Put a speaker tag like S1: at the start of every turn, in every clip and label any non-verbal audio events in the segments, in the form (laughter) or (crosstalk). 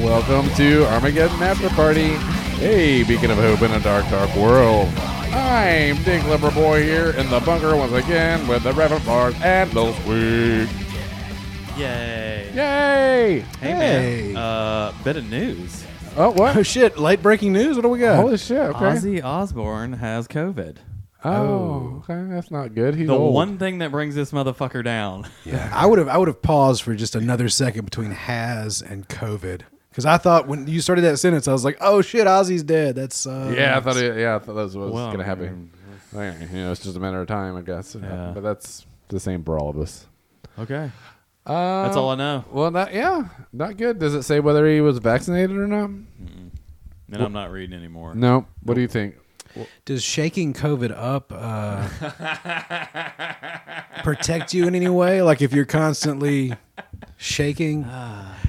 S1: Welcome to Armageddon After Party. Hey, beacon of hope in a dark, dark world. I'm Dick Liverboy here in the bunker once again with the Reverend Bars and Bill Squeak.
S2: Yay.
S1: Yay!
S2: Hey,
S3: Hey.
S2: man. Uh, bit of news.
S1: Oh,
S3: (laughs) Oh
S1: what?
S3: shit! Late breaking news. What do we got?
S1: Holy shit, okay.
S2: Ozzy Osbourne has COVID.
S1: Oh, okay, that's not good. He's
S2: The
S1: old.
S2: one thing that brings this motherfucker down.
S3: I would have I would have paused for just another second between has and COVID because I thought when you started that sentence I was like, oh shit, Ozzy's dead. That's uh,
S1: Yeah, I thought it, yeah, I thought that was what was
S2: Well,
S1: going to happen.
S2: mm,
S1: Okay, You know, it's just a matter of time, I guess.
S2: Yeah.
S1: But that's the same for all of us.
S2: (laughs) Okay.
S1: Uh,
S2: That's all I know.
S1: Well, not yeah, not good. Does it say whether he was vaccinated or not?
S2: And I'm not reading anymore.
S1: No. What do you think?
S3: Does shaking COVID up uh, protect you in any way? Like if you're constantly shaking,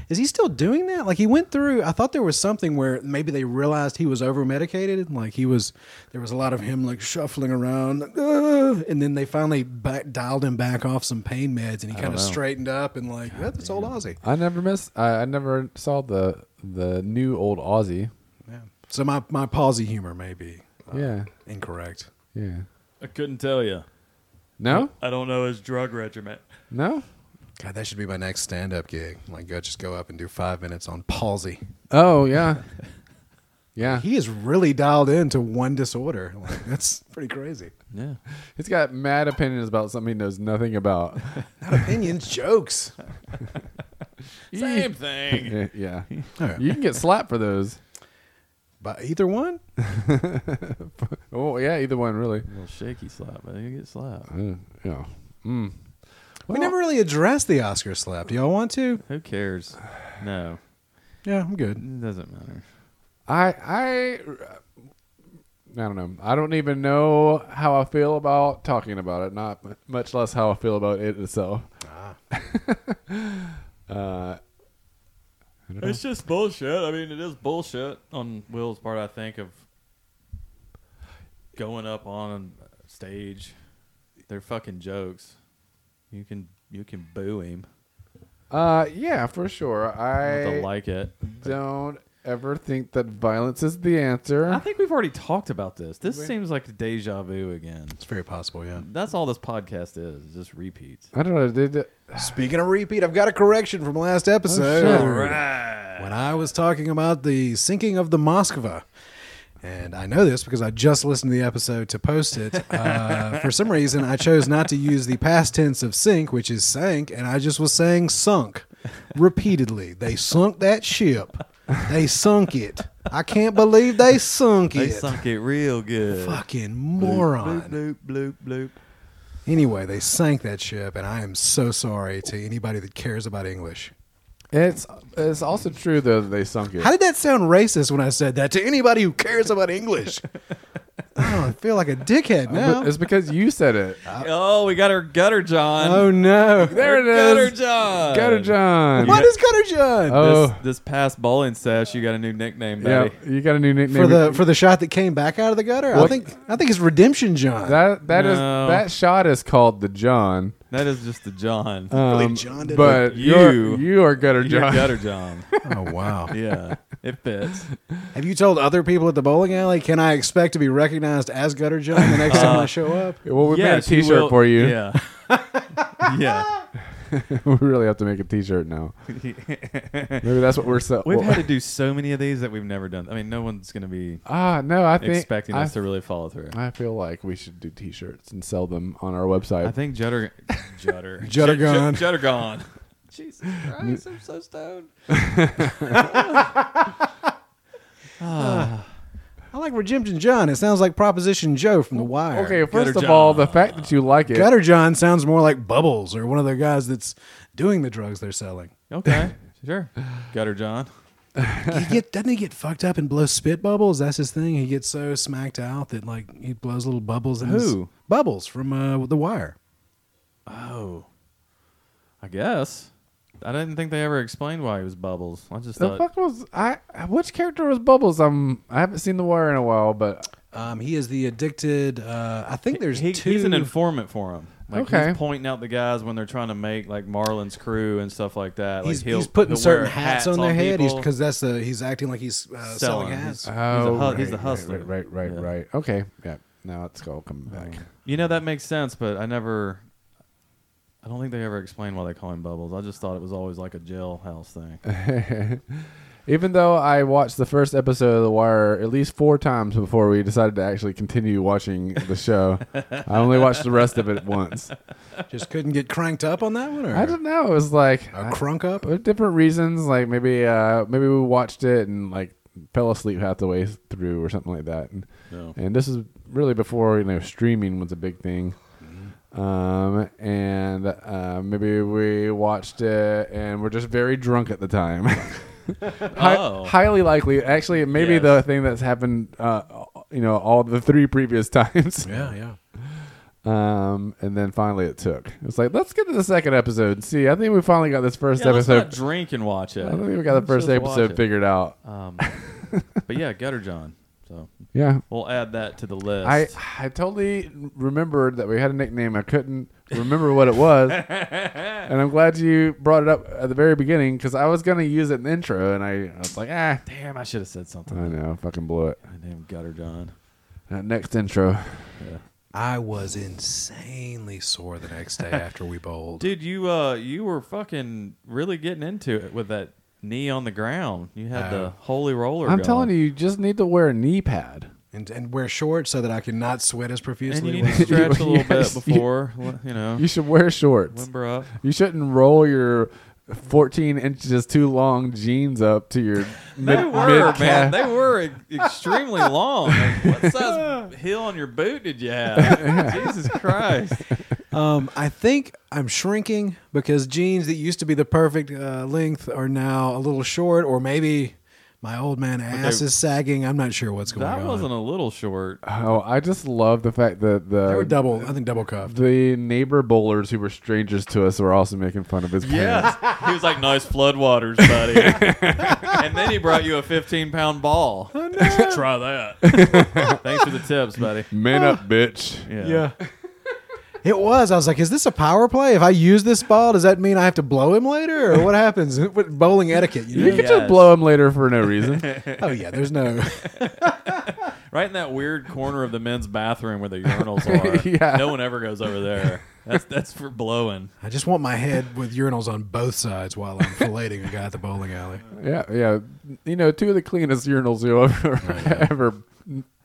S3: is he still doing that? Like he went through. I thought there was something where maybe they realized he was over medicated. Like he was, there was a lot of him like shuffling around, like, "Ugh," and then they finally back, dialed him back off some pain meds, and he kind of straightened up and like "Yeah, that's old Aussie.
S1: I never miss. I, I never saw the the new old Aussie.
S3: Yeah. So my my palsy humor may be
S1: yeah,
S3: incorrect.
S1: yeah.
S2: I couldn't tell you.
S1: No,
S2: I don't know his drug regimen.
S1: no.
S3: God, that should be my next stand up gig. Like, go just go up and do five minutes on palsy.
S1: Oh yeah, (laughs) yeah.
S3: He is really dialed into one disorder. Like, that's pretty crazy.
S2: Yeah.
S1: He's got mad opinions about something he knows nothing (laughs) about.
S3: Not opinions, (laughs) jokes.
S2: (laughs) Same (laughs) thing.
S1: Eh, yeah, you
S3: Yeah.
S1: can get slapped for those.
S3: But either one,
S1: Oh yeah, either one really.
S2: A little shaky slap, but you get slapped.
S1: Uh, yeah. Mm.
S3: we never really addressed the Oscar slap. Do y'all want to?
S2: Who cares? (sighs) No.
S3: Yeah, I'm good.
S2: It doesn't matter.
S1: I I I don't know. I don't even know how I feel about talking about it. Not mu- much less how I feel about it itself. (laughs) Uh,
S2: It's just bullshit. I mean, it is bullshit on Will's part. I think of going up on stage. They're fucking jokes. You can you can boo him.
S1: Uh, yeah, for sure.
S2: I don't have to
S1: I
S2: like it.
S1: don't ever think that violence is the answer.
S2: I think we've already talked about this. This seems like deja vu again.
S3: It's very possible, yeah.
S2: That's all this podcast is. is just repeats.
S1: I don't know. Did it,
S3: Speaking of repeat, I've got a correction from last episode.
S1: shit. All
S3: When I was talking about the sinking of the Moskva, and I know this because I just listened to the episode to post it.
S2: (laughs)
S3: Uh, for some reason, I chose not to use the past tense of sink, which is sank, and I just was saying sunk repeatedly. They sunk that ship. They sunk it. I can't believe they sunk
S2: They
S3: it.
S2: sunk it real good.
S3: Fucking
S2: Bloop, (laughs)
S3: moron.
S2: bloop, bloop, bloop.
S3: Anyway, they sank that ship, and I am so sorry to anybody that cares about English.
S1: it's it's also true though that they sunk it.
S3: How did that sound racist when I said that to anybody who cares
S1: (laughs)
S3: about English? oh, I feel like a dickhead now.
S1: Uh, But It's because you said it.
S2: Oh, we got our gutter, John.
S3: (laughs) Oh no!
S1: Uh, there
S2: gutter,
S1: it is.
S2: John.
S1: Gutter John.
S3: What is Cutter John
S1: Oh,
S2: This, this past bowling sesh, you got a new nickname,
S1: yeah.
S2: buddy.
S1: You got a new nickname
S3: for the for the shot that came back out of the gutter? I
S1: What?
S3: think I think it's Redemption John. (laughs)
S1: That that is
S2: No.
S1: that shot is called the John.
S2: That is just the John.
S3: Really,
S1: Um,
S3: John did
S1: but
S2: it.
S1: you
S2: You-
S1: you are gutter
S2: You're
S1: John.
S2: gutter John.
S3: oh wow!
S2: yeah, it fits.
S3: Have you told other people at the bowling alley? Can I expect to be recognized as Gutter John the
S1: (laughs)
S3: next
S1: Uh.
S3: time I show up?
S1: (laughs) Well, we
S2: Yes,
S1: made a T-shirt
S2: will-
S1: for you.
S2: Yeah. yeah.
S1: (laughs) we really have to make a T-shirt now. Maybe that's what we're so.
S2: We've
S1: well-
S2: had to do so many of these that we've never done. I mean, no one's going to be
S1: (laughs) ah no, I think
S2: expecting
S1: I,
S2: us to really follow through.
S1: I feel like we should do T-shirts and sell them on our website.
S2: I think Judder,
S1: (laughs)
S2: Judder,
S3: Juddergon.
S2: Jud- Jud- Juddergon. Jesus Christ, I'm so stoned.
S3: I like Redemption John. It sounds like Proposition Joe from The Wire.
S1: okay, first
S2: Gutter
S1: of all,
S2: John.
S1: the fact that you like it.
S3: Gutter John sounds more like Bubbles or one of the guys that's doing the drugs they're selling.
S2: Okay, sure. Gutter John.
S3: he get doesn't he get fucked up and blow spit bubbles? That's his thing. He gets so smacked out that like he blows little bubbles in his
S2: Who?
S3: bubbles from uh, the wire.
S2: Oh, I guess. I didn't think they ever explained why he was bubbles. I just
S1: The
S2: thought
S1: fuck was I? Which character was Bubbles? I'm. I haven't seen The Wire in a while, but
S3: Um, he is the addicted. Uh, I think there's
S2: he,
S3: two.
S2: he's an informant for him. Like
S1: Okay.
S2: he's pointing out the guys when they're trying to make like Marlin's crew and stuff like that.
S3: He's,
S2: like he'll,
S3: he's putting
S2: he'll
S3: certain
S2: wear
S3: hats, on their head
S2: people.
S3: because that's the he's acting like he's uh, selling.
S2: He's-
S3: hats.
S2: he's, a, hu- he's a
S1: Oh, right,
S2: hustler.
S1: Right, right, right,
S2: Yeah. Oh,
S1: right. Okay. Yeah. Now it's all coming back.
S2: You know that makes sense, but I never. I don't think they ever explained why they call him Bubbles. I just thought it was always like a jailhouse thing.
S1: Even though I watched the first episode of The Wire at least four times before we decided to actually continue watching the show, I only watched the rest of it
S2: (laughs)
S1: once.
S3: Just couldn't get cranked up on that one, or
S1: I
S3: a
S1: don't know. It was like I-
S3: crunk up.
S1: for uh, different reasons. Like maybe uh, maybe we watched it and like fell asleep half the way through or something like that. And,
S2: No.
S1: and this is really before you know streaming was a big thing.
S2: Mm-hmm.
S1: Um, and uh, maybe we watched it and we're just very drunk at the time. (laughs) Hi-
S2: Oh.
S1: highly likely. Actually, maybe
S2: Yes.
S1: the thing that's happened. Uh, you know, all the three previous (laughs) times.
S3: Yeah, yeah.
S1: Um, and then finally it took. It's like let's get to the second episode and see. I think we finally got this first
S2: Yeah, let's
S1: episode.
S2: not drink and watch it.
S1: I think we got the
S2: Let's
S1: first
S2: just watch
S1: episode
S2: it.
S1: figured out.
S2: Um, but yeah, Gutter John. So
S1: Yeah.
S2: we'll add that to the list.
S1: I, I totally remembered that we had a nickname. I couldn't remember what it
S3: (laughs)
S1: was. and I'm glad you brought it up at the very beginning because I was going to use it in the intro and I, I was like, ah.
S2: Damn, I should have said something.
S1: I know. Fucking blew it.
S2: My name Gutter John.
S1: That next intro.
S3: I was insanely sore the
S2: (laughs)
S3: next day after we bowled.
S2: Dude, you uh, you were fucking really getting into it with that knee on the ground. You had the holy roller.
S1: I'm
S2: going.
S1: telling you, you just need to wear a knee pad.
S3: and and wear shorts so that I can not sweat as
S2: and you
S3: profusely.
S2: need
S1: (laughs)
S2: to stretch a little
S1: Yes,
S2: bit
S1: you-
S2: before you, know
S1: You should wear shorts.
S2: limber
S1: (laughs)
S2: up.
S1: You shouldn't roll your 14 inches too long jeans up to
S3: (laughs)
S1: your mid,
S2: They were,
S1: mid-calf.
S2: man. They were e- extremely long. Like,
S1: (laughs)
S2: what size heel on your boot did you have? Jesus Christ!
S3: um, I think I'm shrinking because jeans that used to be the perfect uh, length are now a little short, or maybe my old man ass
S2: Okay.
S3: is sagging. I'm not sure what's going
S2: That
S3: on.
S2: wasn't a
S1: (laughs)
S2: little short.
S1: Oh, I just love the fact that the
S3: they were double. I think double cuffed.
S1: The neighbor bowlers who were strangers to us were also making fun of his plans.
S2: Yeah, he was like, "Nice floodwaters,
S1: (laughs)
S2: buddy," and then he brought you a 15 pound ball.
S1: Oh,
S2: (laughs) Try that.
S1: (laughs)
S2: Thanks for the tips, buddy.
S1: Man
S2: (laughs)
S1: up, bitch.
S2: (laughs) Yeah.
S3: (laughs) It was. I was like, "Is this a power play? If I use this ball, does that mean I have to blow him later, or what happens?" (laughs) With bowling etiquette, you
S1: You
S2: (laughs)
S3: know?
S1: could just
S2: Yes.
S1: blow him later for no
S2: (laughs)
S1: reason.
S3: oh yeah, there's no.
S2: Right in that weird corner of the men's bathroom (laughs) where the urinals are.
S1: Yeah.
S2: No one ever goes over there. That's that's for blowing.
S3: I just want my head with urinals on both sides while I'm filleting a guy at the bowling (laughs) alley.
S1: yeah, yeah. You know, two of the cleanest urinals you'll (laughs) ever
S2: Oh,
S1: ever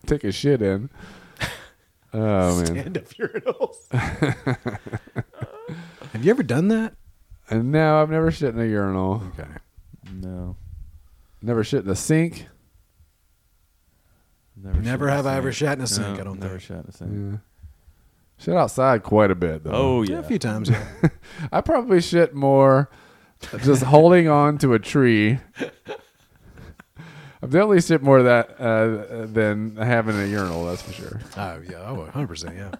S1: take a shit
S2: (laughs)
S1: in. Oh man.
S3: End of (laughs) urinals. Have you ever done that?
S1: And no, I've never shit in a urinal.
S3: Okay.
S2: No.
S1: Never shit in a sink.
S2: Never,
S3: Never
S2: shit in
S3: have
S2: a
S3: I ever
S2: sink.
S3: shat in a sink.
S2: No,
S3: I don't
S2: never
S3: think.
S2: shot in a sink.
S1: Yeah. Shit outside quite a bit though.
S2: Oh yeah.
S3: Yeah, a few times. Yeah.
S1: I probably shit more just holding on to a tree. I've definitely shit more of that uh, than having a urinal, that's for sure.
S3: (laughs)
S1: (laughs)
S3: oh yeah, oh, 100 percent. Yeah.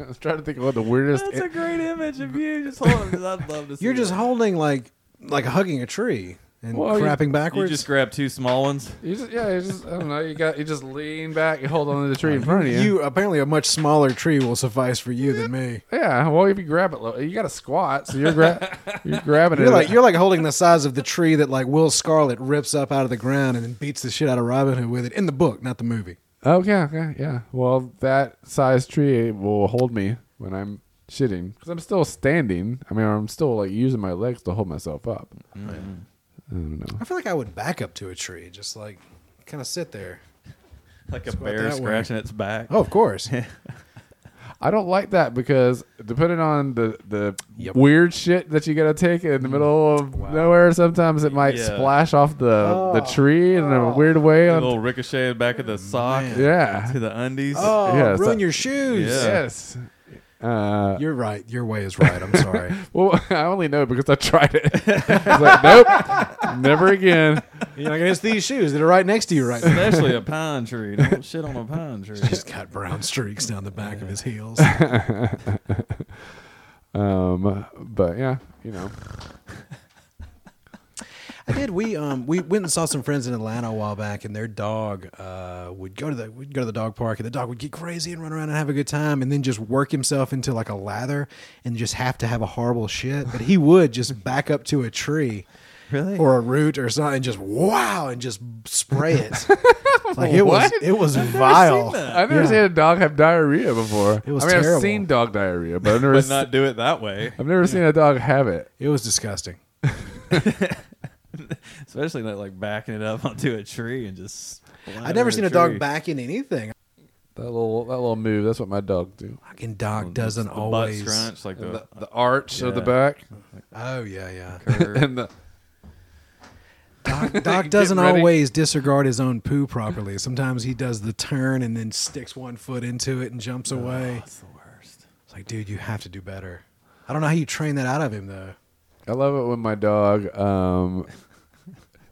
S1: I was trying to think of what the weirdest.
S2: That's a great image of you. Just hold on. 'cause I'd love to see
S3: You're just
S2: that.
S3: holding like like hugging a tree and
S1: Well, you-
S3: crapping
S2: You
S3: backwards.
S2: just grab two small ones.
S1: you just, yeah, you just, I don't know. You got you just lean back, you hold on to the tree in front of you.
S3: You- apparently a much smaller tree will suffice for you than me.
S1: yeah, well, if you grab it, low, you got to squat, so you're gra- you're grabbing
S3: You're
S1: it.
S3: like you're like holding the size of the tree that like Will Scarlet rips up out of the ground and then beats the shit out of Robin Hood with it in the book, not the movie.
S1: okay, okay, Oh, yeah. Well, that size tree will hold me when I'm shitting because I'm still standing. I mean, I'm still like using my legs to hold myself up.
S2: Mm.
S1: I don't know.
S3: I feel like I would back up to a tree, just like kind of sit there.
S2: Like a
S3: Squat
S2: bear
S3: that way.
S2: scratching its back.
S3: Oh, of
S1: (laughs)
S3: course.
S1: I don't like that because depending on the the
S3: Yep.
S1: weird shit that you gotta take in the middle of nowhere, sometimes it might
S2: Mm. Yeah.
S1: splash off the the tree in a weird way.
S2: A
S1: On,
S2: little ricochet back of the sock.
S1: yeah.
S2: To the undies.
S1: (laughs)
S3: Oh,
S1: Yeah, it's
S3: ruin
S1: a-
S3: your shoes.
S2: Yeah.
S1: Yes. Uh,
S3: You're right. Your way is right. I'm
S1: (laughs)
S3: sorry.
S1: well, I only know because I tried it. (laughs) I was like, nope, never again.
S3: You're like, it's these shoes that are right next to you right now.
S2: Especially a pine tree. Don't shit on a
S3: (laughs)
S2: pine tree.
S3: He's got brown streaks down the back of his (laughs) heels.
S1: Um, but yeah, you know,
S3: I did. We um we went and saw some friends in Atlanta a while back, and their dog uh would go to the would go to the dog park, and the dog would get crazy and run around and have a good time, and then just work himself into like a lather and just have to have a horrible shit. But he would just back up to a tree.
S2: Really?
S3: Or a root or something, and just wow, and just spray it. like it was,
S1: What?
S3: it was vile.
S1: I've never
S3: Yeah.
S1: seen a dog have diarrhea before.
S3: It was
S1: I mean,
S3: terrible.
S1: I've seen dog diarrhea,
S2: (laughs)
S1: but I've never,
S2: But
S1: se-
S2: not do it that way,
S1: I've never seen a dog have it.
S3: It was disgusting.
S2: especially not like backing it up (laughs) onto a tree and just.
S3: I've never seen a dog back in anything.
S1: That little that little move. That's what my dog do.
S3: Fucking dog doesn't
S2: the
S3: always.
S2: butt scrunch, like the,
S1: The, the arch of the
S2: Yeah.
S1: back
S3: Oh yeah, yeah.
S2: curve.
S1: (laughs) and the
S3: (laughs) Doc, Doc doesn't
S1: ready.
S3: always disregard his own poo properly. Sometimes he does the turn and then sticks one foot into it and jumps away.
S2: That's the worst.
S3: It's like, dude, you have to do better. I don't know how you train that out of him though.
S1: I love it when my dog um,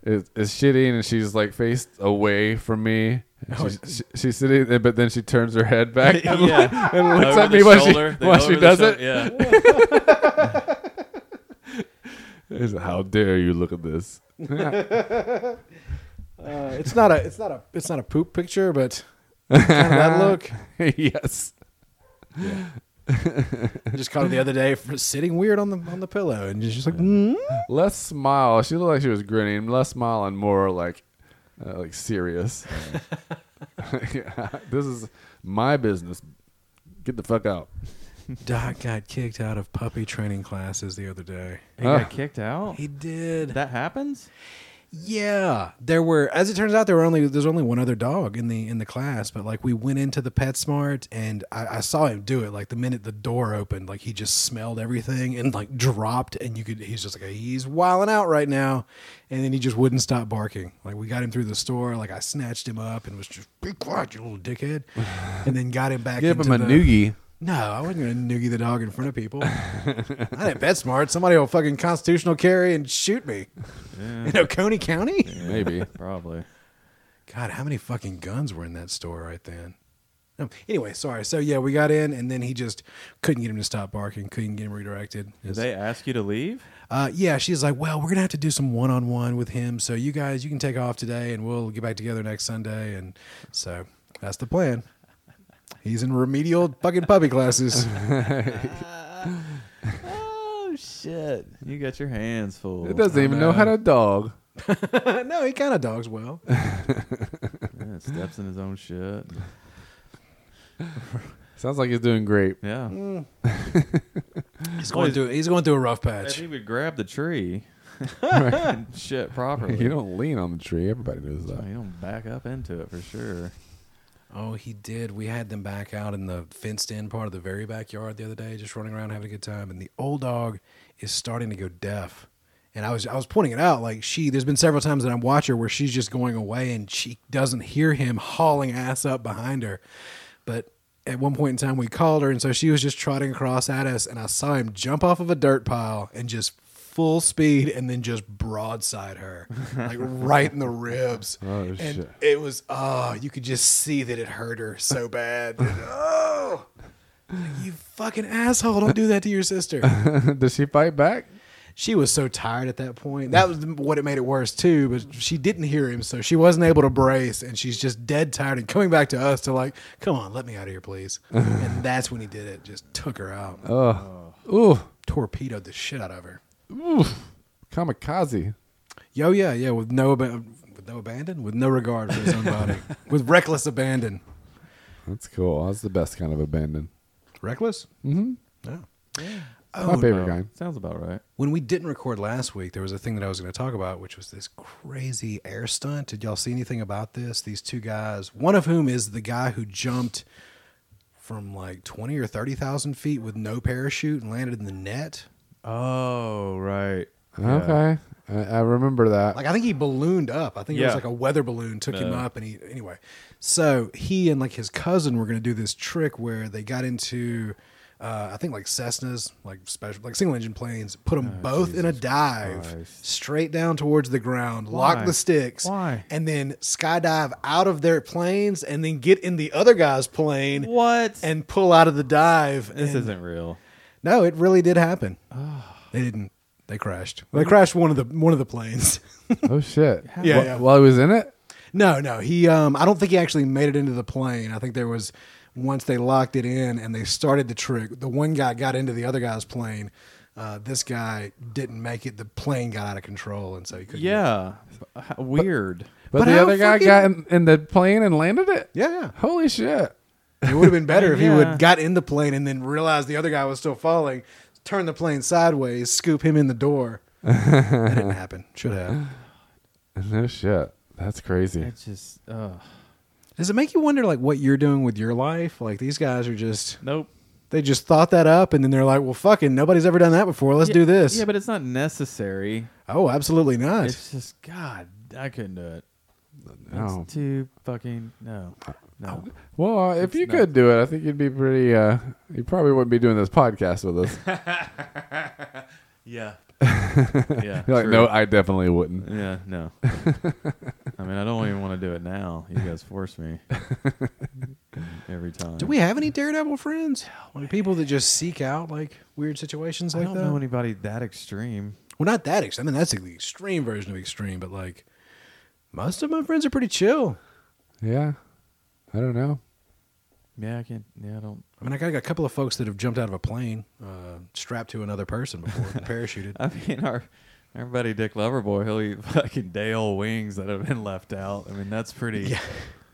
S1: is, is shitting and she's like faced away from me. And
S3: Oh.
S1: She's, she, she's sitting, there, but then she turns her head back and,
S2: (laughs) yeah.
S1: (laughs) and looks
S2: Over
S1: at
S2: the
S1: me while
S2: shoulder,
S1: she,
S2: they
S1: while
S2: over
S1: she
S2: the
S1: does
S2: shou-
S1: it.
S2: Yeah.
S1: It's like, How dare you look at this?
S3: Uh, it's not a, it's not a, it's not a poop picture, but kind of that look.
S1: (laughs) yes.
S3: I just caught him the other day for sitting weird on the on the pillow and just, just like, mm?
S1: Less smile. She looked like she was grinning. Less smile and more like, uh, like
S3: (laughs)
S1: serious. (laughs) Yeah. This is my business. Get the fuck out.
S3: Doc got kicked out of puppy training classes the other day.
S2: He
S1: got
S2: got kicked out.
S3: He did.
S2: That happens.
S3: Yeah, there were. As it turns out, there were only there's only one other dog in the in the class. But like we went into the PetSmart and I, I saw him do it. Like the minute the door opened, like he just smelled everything and like dropped. And you could he's just like he's wilding out right now. And then he just wouldn't stop barking. Like we got him through the store. Like I snatched him up and was just be quiet, you little dickhead. And then got him back.
S1: Give
S3: into
S1: him a
S3: the-
S1: noogie.
S3: no, I wasn't going to noogie the dog in front of people. I didn't bet smart. Somebody will fucking constitutional carry and shoot me. You know, Coney County? (laughs)
S1: Maybe.
S2: Probably.
S3: God, how many fucking guns were in that store right then? Um, anyway, sorry. So, yeah, we got in, and then he just couldn't get him to stop barking, couldn't get him redirected.
S2: Did they ask you to leave?
S3: Uh, yeah, she's like, well, we're gonna have to do some one-on-one with him. So you guys, you can take off today, and we'll get back together next Sunday. And so that's the plan. He's in remedial fucking puppy classes. (laughs)
S2: Oh shit! You got your hands full.
S1: It doesn't even know how to dog.
S3: no, he kind of dogs well.
S2: Yeah, steps in his own shit.
S1: Sounds like he's doing great. (laughs)
S2: Yeah.
S3: He's going through. He's going through a rough
S2: If
S3: patch.
S2: he would grab the tree, (laughs) and shit properly.
S1: You don't lean on the tree. Everybody knows
S2: Oh,
S1: that.
S2: you don't back up into it for sure.
S3: Oh, he did. We had them back out in the fenced-in part of the very backyard the other day, just running around having a good time. And the old dog is starting to go deaf. And I was I was pointing it out. Like she, there's been several times that I watch her where she's just going away and she doesn't hear him hauling ass up behind her. But at one point in time, we called her, and so she was just trotting across at us, and I saw him jump off of a dirt pile and just full speed and then just broadside her
S1: (laughs)
S3: like right in the ribs
S1: Oh,
S3: and
S1: shit.
S3: it was oh you could just see that it hurt her so bad And, oh you fucking asshole don't do that to your sister
S1: (laughs) Does she fight back?
S3: she was so tired at that point that was what it made it worse too but she didn't hear him so she wasn't able to brace and she's just dead tired and coming back to us to like come on let me out of here please and that's when he did it just took her out
S1: Ooh,
S3: torpedoed the shit out of her
S1: kamikaze.
S3: Yo, yeah, yeah, with no ab- with no abandon, with no regard for his own body, with reckless abandon.
S1: That's cool. That's the best kind of abandon.
S3: Reckless? Mm-hmm. No.
S1: My favorite
S2: Oh,
S1: kind.
S2: Sounds about right.
S3: When we didn't record last week, there was a thing that I was going to talk about, which was this crazy air stunt. Did y'all see anything about this? These two guys, one of whom is the guy who jumped from like twenty or thirty thousand feet with no parachute and landed in the net.
S2: Oh right.
S1: Okay, I, I remember that.
S3: Like I think he ballooned up. I think it was
S2: Yeah.
S3: like a weather balloon took him
S2: No.
S3: up, and he anyway. So he and like his cousin were going to do this trick where they got into, uh, I think like Cessnas, like special, like single engine planes, put them both in a dive
S2: Oh, Christ.
S3: straight down towards the ground, lock
S2: Why?
S3: the sticks,
S2: Why?
S3: and then skydive out of their planes, and then get in the other guy's plane
S2: What?
S3: and pull out of the dive.
S2: this
S3: and-
S2: isn't real.
S3: no, it really did happen. They didn't. They crashed. They crashed one of the one of the planes. (laughs)
S1: Oh shit!
S3: Yeah,
S1: Wh-
S3: yeah.
S1: While he was in it,
S3: No, no. He um I don't think he actually made it into the plane. I think there was once they locked it in and they started the trick, the one guy got into the other guy's plane. Uh, this guy didn't make it. The plane got out of control, and so he couldn't.
S2: Yeah. H- Weird.
S1: but,
S3: But
S1: the
S3: how
S1: other guy got in, in the plane and landed it.
S3: Yeah,
S1: Holy shit!
S3: yeah. It would have been better if he
S2: Yeah.
S3: would got in the plane and then realized the other guy was still falling, turn the plane sideways, scoop him in the door.
S2: (laughs)
S3: that didn't happen. Should have.
S1: No shit. That's crazy.
S2: It's just uh,
S3: Does it make you wonder like what you're doing with your life? Like these guys are just
S2: nope.
S3: they just thought that up and then they're like, well, fucking nobody's ever done that before. Let's
S2: Yeah,
S3: do this.
S2: Yeah, but it's not necessary.
S3: oh, absolutely not.
S2: It's just God, I couldn't do it.
S1: No.
S2: It's too fucking no. No.
S1: Well, uh, if you
S2: not-
S1: could do it, I think you'd be pretty. Uh, you probably wouldn't be doing this podcast with (laughs) us.
S2: Yeah. yeah.
S1: You're like,
S2: true.
S1: no, I definitely wouldn't.
S2: Yeah, no. I mean, I don't even want to do it now. You guys force me every time.
S3: do we have any daredevil friends? Like, people that just seek out like weird situations
S2: I
S3: like
S2: don't
S3: that?
S2: know anybody that extreme.
S3: well, not that extreme. I mean, that's the extreme version of extreme, but like most of my friends are pretty chill.
S1: Yeah, I don't know.
S2: Yeah, I can't. Yeah, I don't.
S3: I mean, I got a couple of folks that have jumped out of a plane uh, strapped to another person before, (laughs) and parachuted.
S2: I mean, our our buddy Dick Loverboy, he'll eat fucking day old wings that have been left out. I mean, that's pretty. (laughs)
S3: Yeah.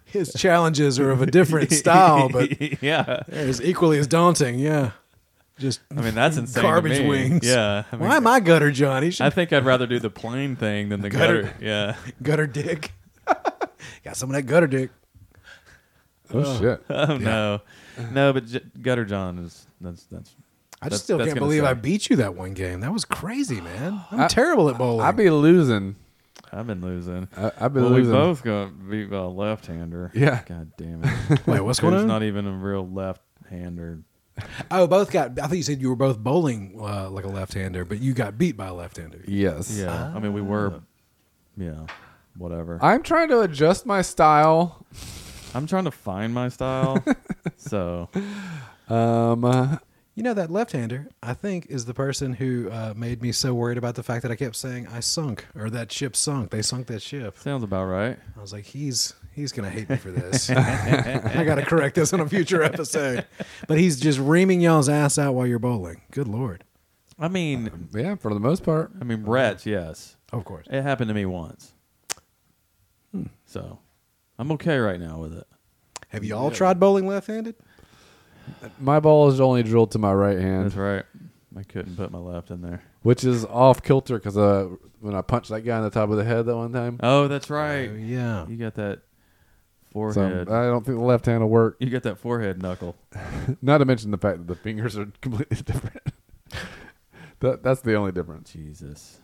S3: His challenges are of a different style,
S2: (laughs)
S3: but
S2: yeah.
S3: they're as equally as daunting. Yeah, just
S2: I mean, that's insane. to
S3: Garbage
S2: me.
S3: wings.
S2: Yeah. I mean,
S3: why am I gutter Johnny? Should
S2: I think I'd rather do the plane thing than the
S3: Gutter.
S2: gutter. Yeah. (laughs)
S3: gutter dick. (laughs) Got some of that gutter dick.
S1: Oh
S2: (laughs)
S1: shit!
S2: Oh no,
S3: Uh-huh.
S2: no. But J- Gutter John is that's that's.
S3: I
S2: That's-
S3: just still
S2: that's
S3: can't
S2: gonna
S3: believe I
S2: suck.
S3: beat you that one game. That was crazy, man. I'm terrible at bowling.
S1: I'd be losing.
S2: I've been losing.
S1: I, I've been
S2: Well, we
S1: losing.
S2: both got beat by a left-hander.
S1: Yeah.
S2: God
S3: (laughs)
S2: damn it.
S3: Wait, what's going
S2: There's
S3: on?
S2: not even a real left-hander.
S3: oh, both got. I thought you said you were both bowling uh, like a left-hander, but you got beat by a left-hander.
S1: Yes.
S2: Yeah. I mean, we
S3: Ah.
S2: were. Yeah. Whatever. I,
S1: I'm trying to adjust my style.
S2: am trying to find
S1: (laughs)
S2: my style. so
S1: Um, uh,
S3: You know that left-hander, I think, is the person who uh, made me so worried about the fact that I kept saying I sunk or that ship sunk. They sunk that ship.
S2: sounds about right.
S3: I was like, he's he's gonna hate me for this. (laughs) I gotta correct this on a future episode. But he's just reaming y'all's ass out while you're bowling. Good lord.
S2: I mean,
S1: yeah, for the most part.
S2: I mean, rats. Yes,
S3: Of course.
S2: it happened to me once.
S1: Hmm.
S2: So, I'm okay right now with it.
S3: Have you all tried bowling left-handed?
S1: My ball is only drilled to my right hand,
S2: That's right. I couldn't put my left in there.
S1: which is off kilter because uh, when I punched that guy in the top of the head that one time,
S2: Oh, that's right.
S3: Oh, yeah.
S2: You got that
S1: so uh,
S2: forehead.
S1: I don't think the left hand will work.
S2: you got that forehead knuckle.
S1: Not to mention the fact that the fingers are (laughs) completely different. that, that's the only difference.
S2: Jesus.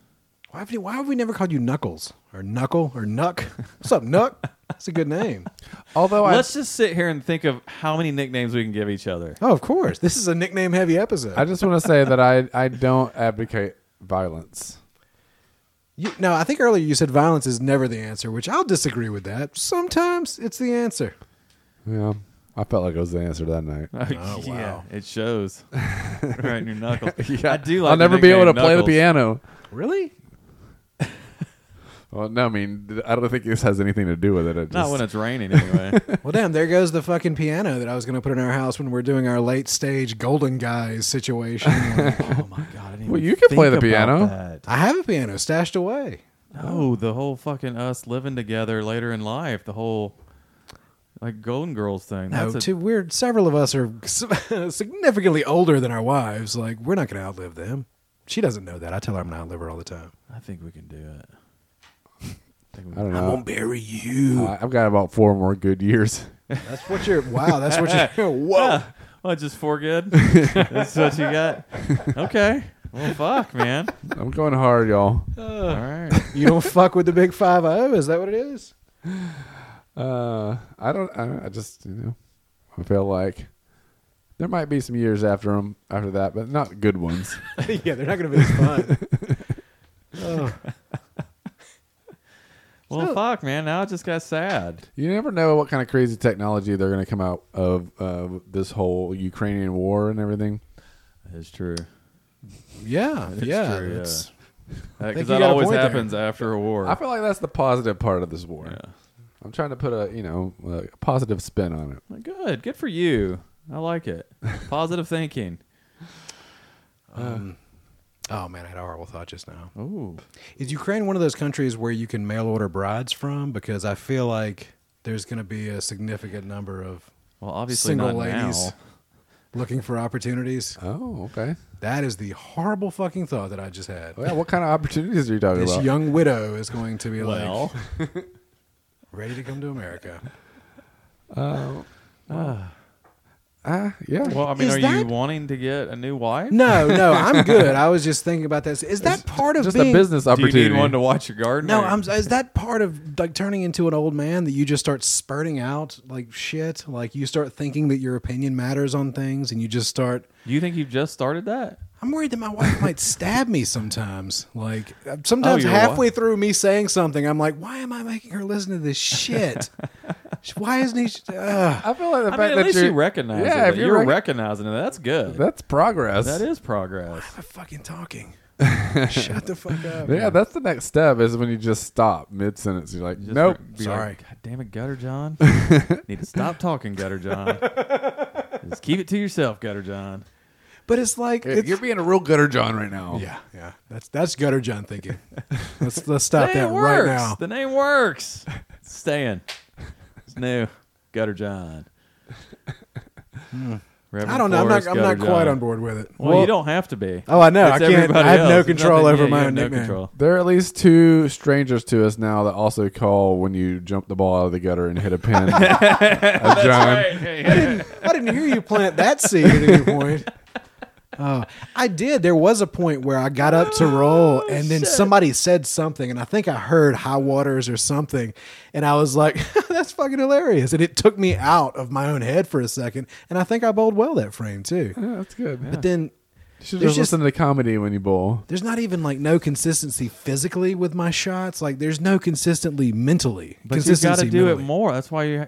S3: Why have, you, why have we never called you Knuckles or Knuckle or Nuck? What's up, Nuck? That's a good name.
S1: Although Oh, I,
S2: Let's just sit here and think of how many nicknames we can give each other.
S3: Oh, of course. This is a nickname heavy episode.
S1: I just want to say that I, I don't advocate violence.
S3: You- no, I think earlier you said violence is never the answer, which I'll disagree with that. Sometimes it's the answer.
S1: (laughs) Yeah, I felt like it was the answer that
S2: (laughs)
S1: night.
S2: Oh,
S3: wow.
S1: (laughs)
S2: It shows. right in your knuckles.
S1: Yeah,
S2: I do like
S1: I'll
S2: the
S1: never be able to
S2: nickname
S1: play the
S2: Knuckles.
S1: piano.
S3: Really?
S1: Well, no, I mean, I don't think this has anything to do with it. it
S2: Not
S1: just,
S2: when it's raining, anyway.
S3: Well, damn, there goes the fucking piano that I was going to put in our house when we're doing our late stage Golden
S1: (laughs)
S3: Guys situation.
S2: oh my god! I didn't
S1: Well,
S2: even
S1: you can
S2: think
S1: play the
S2: about
S1: piano.
S2: that.
S3: I have a piano stashed away. Oh.
S2: No, the whole fucking us living together later in life. The whole like Golden Girls thing.
S3: No,
S2: That's a-
S3: too, we're several of us are (laughs) significantly older than our wives. Like, we're not going to outlive them. She doesn't know that. I tell her I'm going to outlive her all the time.
S2: I think we can do it.
S3: (laughs)
S2: I think we
S1: I
S2: can.
S1: don't
S3: I'm
S1: know.
S3: going to bury you.
S2: uh,
S1: I- I've got about four more good years.
S3: (laughs)
S1: (laughs)
S3: that's what you're, wow, that's
S2: (laughs)
S3: what you're, (laughs) whoa.
S2: What, just four
S3: (laughs)
S2: good? That's what you got. Okay. Well, fuck, man.
S1: I'm going hard, y'all.
S2: All right.
S3: Uh, You don't fuck with the big 5 0. Is that what it is? (laughs)
S1: Uh, I don't. I, I just you know, I feel like there might be some years after them after that, but not good
S2: (laughs)
S1: ones.
S3: yeah, they're not going to be as fun. Oh.
S2: Well, fuck, man. Now I just got sad.
S1: you never know what kind of crazy technology they're going to come out of uh, this whole Ukrainian war and everything.
S2: It's true.
S3: Yeah, yeah.
S2: true,
S3: that's- think you
S2: Because that
S3: got a
S2: always
S3: point there.
S2: happens after a war.
S1: I feel like that's the positive part of this war.
S2: Yeah.
S1: I'm trying to put a you know a positive spin on it.
S2: Well, Good. Good for you. I like
S3: (laughs)
S2: it. Positive thinking.
S3: Oh man, I had a horrible thought just now.
S2: Ooh.
S3: Is Ukraine one of those countries where you can mail order brides from? Because I feel like there's going to be a significant number of
S2: Well, obviously
S3: single
S2: not
S3: ladies
S2: now.
S3: looking for opportunities.
S1: Oh, okay.
S3: That is the horrible fucking thought that I just had.
S1: Well, what kind of opportunities are you talking
S3: this
S1: about?
S3: young widow is going to be
S2: Well,
S3: like ready to come to America.
S1: Ah, yeah.
S2: well, I mean,
S3: Is
S2: are you
S3: that-
S2: wanting to get a new wife?
S3: No, (laughs) no, I'm good. I was just thinking about this. Is that part of
S1: just
S3: being
S1: a business
S2: Do you
S1: opportunity.
S2: need one to watch your garden?
S3: No,
S2: or-
S3: I'm. Is that part of like turning into an old man that you just start spurting out like shit? Like you start thinking that your opinion matters on things, and you just start.
S2: You think you've just started that?
S3: I'm worried that my wife (laughs) might stab me sometimes. Like uh, sometimes
S2: your
S3: halfway
S2: wife?
S3: through me saying something, I'm like, why am I making her listen to
S2: (laughs)
S3: this shit? why isn't he? Uh,
S1: I feel like the
S2: I
S1: fact
S2: mean, at
S1: that
S2: least
S1: you're,
S2: you recognize
S1: yeah,
S2: it.
S1: if
S2: If you're
S1: rec-
S2: recognizing it, that's good.
S1: that's progress.
S2: that is progress.
S3: I'm
S2: (laughs)
S3: fucking talking. Shut the fuck up.
S1: Yeah, that's the next step is when you just stop mid sentence. You're like,
S2: Just
S1: nope.
S2: re- be
S3: Sorry.
S2: Like, God damn it, Gutter John.
S3: (laughs)
S2: Need to stop talking, Gutter John. Just keep it to yourself, Gutter John.
S3: But it's like
S1: Hey,
S3: it's,
S1: you're being a real gooder John right now.
S3: yeah, yeah. That's that's gutter
S2: (laughs)
S3: John thinking. let's let's stop that
S2: name works.
S3: right now.
S2: The name works. It's staying. It's new. Gutter
S3: (laughs)
S2: John. Hmm. Reverend
S3: I don't know. I'm not.
S2: Forrest
S3: I'm
S2: Gutter
S3: not quite
S2: John.
S3: on board with it.
S2: Well, you don't have to be.
S3: Oh, I know.
S2: It's
S3: I can't-
S2: everybody
S3: I have no
S2: else. There's
S3: control
S2: nothing-
S3: over
S2: yeah,
S3: my
S2: you have
S3: own
S2: no
S3: nickname.
S2: control.
S1: There are at least two strangers to us now that also call when you jump the ball out of the gutter and hit a (laughs) pin. That's John.
S3: I didn't hear you plant that seed at any point. (laughs) Oh, I did. There was a point where I got up to roll, and then somebody said something, and I think I heard high waters or something, and I was like, (laughs) "That's fucking hilarious!" And it took me out of my own head for a second, and I think I bowled well that frame too.
S1: Yeah, that's good.
S3: But then
S1: you should
S3: there's
S1: just,
S3: just-
S1: listen to comedy when you bowl.
S3: there's not even like no consistency physically with my shots. Like there's no consistently mentally.
S2: But you've got
S3: consistency
S2: to do
S3: mentally.
S2: it more. That's why you.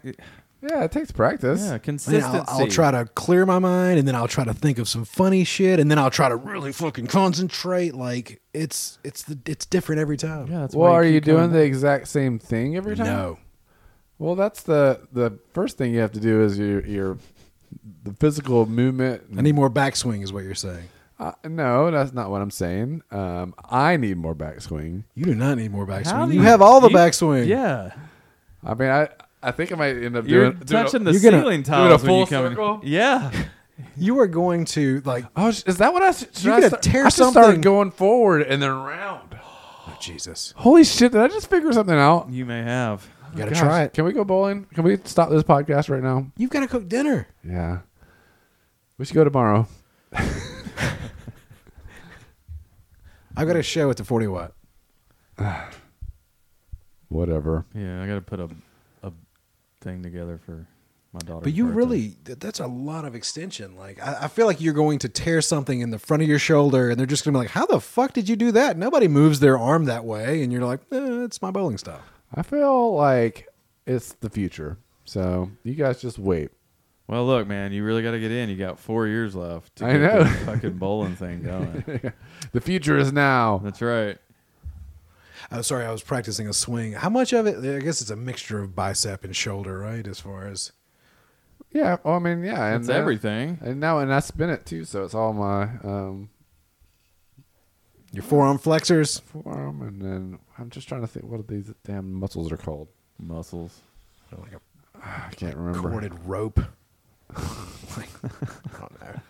S1: Yeah, it takes practice.
S2: Yeah,
S3: I mean,
S2: consistency.
S3: I'll, I'll try to clear my mind and then I'll try to think of some funny shit and then I'll try to really fucking concentrate. Like it's it's the it's different every time.
S2: Yeah, that's
S1: well,
S2: why
S1: are you
S2: keep coming
S1: doing the
S2: back.
S1: exact same thing every time?
S3: No.
S1: Well, that's the the first thing you have to do is your your the physical movement.
S3: I need more backswing is what you're saying.
S1: Uh, no, that's not what I'm saying. Um, I need more backswing.
S3: You do not need more
S2: How
S3: backswing.
S2: do
S3: You, have all the
S2: you-
S3: backswing.
S2: Yeah,
S1: I mean, I I think I might end up
S2: you're
S1: doing
S2: touching
S1: doing
S2: the
S3: you're gonna-
S1: doing
S2: ceiling
S1: a
S2: tiles when
S1: full
S2: you come in.
S1: circle?
S2: Yeah,
S1: (laughs)
S3: You are going to like
S1: A, oh, sh- is that what I should, should
S3: You're
S1: I
S3: gonna
S1: start,
S3: tear
S1: I should start
S3: something-
S1: going forward and then round.
S3: oh, Jesus.
S1: Holy shit! Did I just figure something out?
S2: you may have.
S3: You gotta
S1: Gosh,
S3: try it.
S1: Can we go bowling? Can we stop this podcast right now?
S3: You've gotta cook dinner.
S1: Yeah. We should go tomorrow.
S3: I've got a show at the forty watt.
S1: Whatever.
S2: Yeah, I got to put a a thing together for my daughter.
S3: But you really, th- that's a lot of extension. Like, I, I feel like you're going to tear something in the front of your shoulder, and they're just going to be like, how the fuck did you do that? Nobody moves their arm that way. And you're like, eh, it's my bowling style.
S1: I feel like it's the future. So you guys just wait.
S2: Well, look, man, you really got to get in. You got four years left. To
S1: I
S2: get
S1: know.
S2: the fucking bowling
S1: (laughs)
S2: thing going.
S1: The future is now.
S2: That's right.
S3: Oh, sorry, I was practicing a swing. How much of it? I guess it's a mixture of bicep and shoulder, right? As far as
S1: Yeah. Well, I mean, yeah. And
S2: That's
S1: then-
S2: everything.
S1: And now, and I spin it too. So it's all my um,
S3: your forearm flexors,
S1: forearm, and then I'm just trying to think what these damn muscles are called. (sighs)
S2: Muscles.
S3: They're like a
S1: I can't remember.
S3: corded rope. like, I don't know.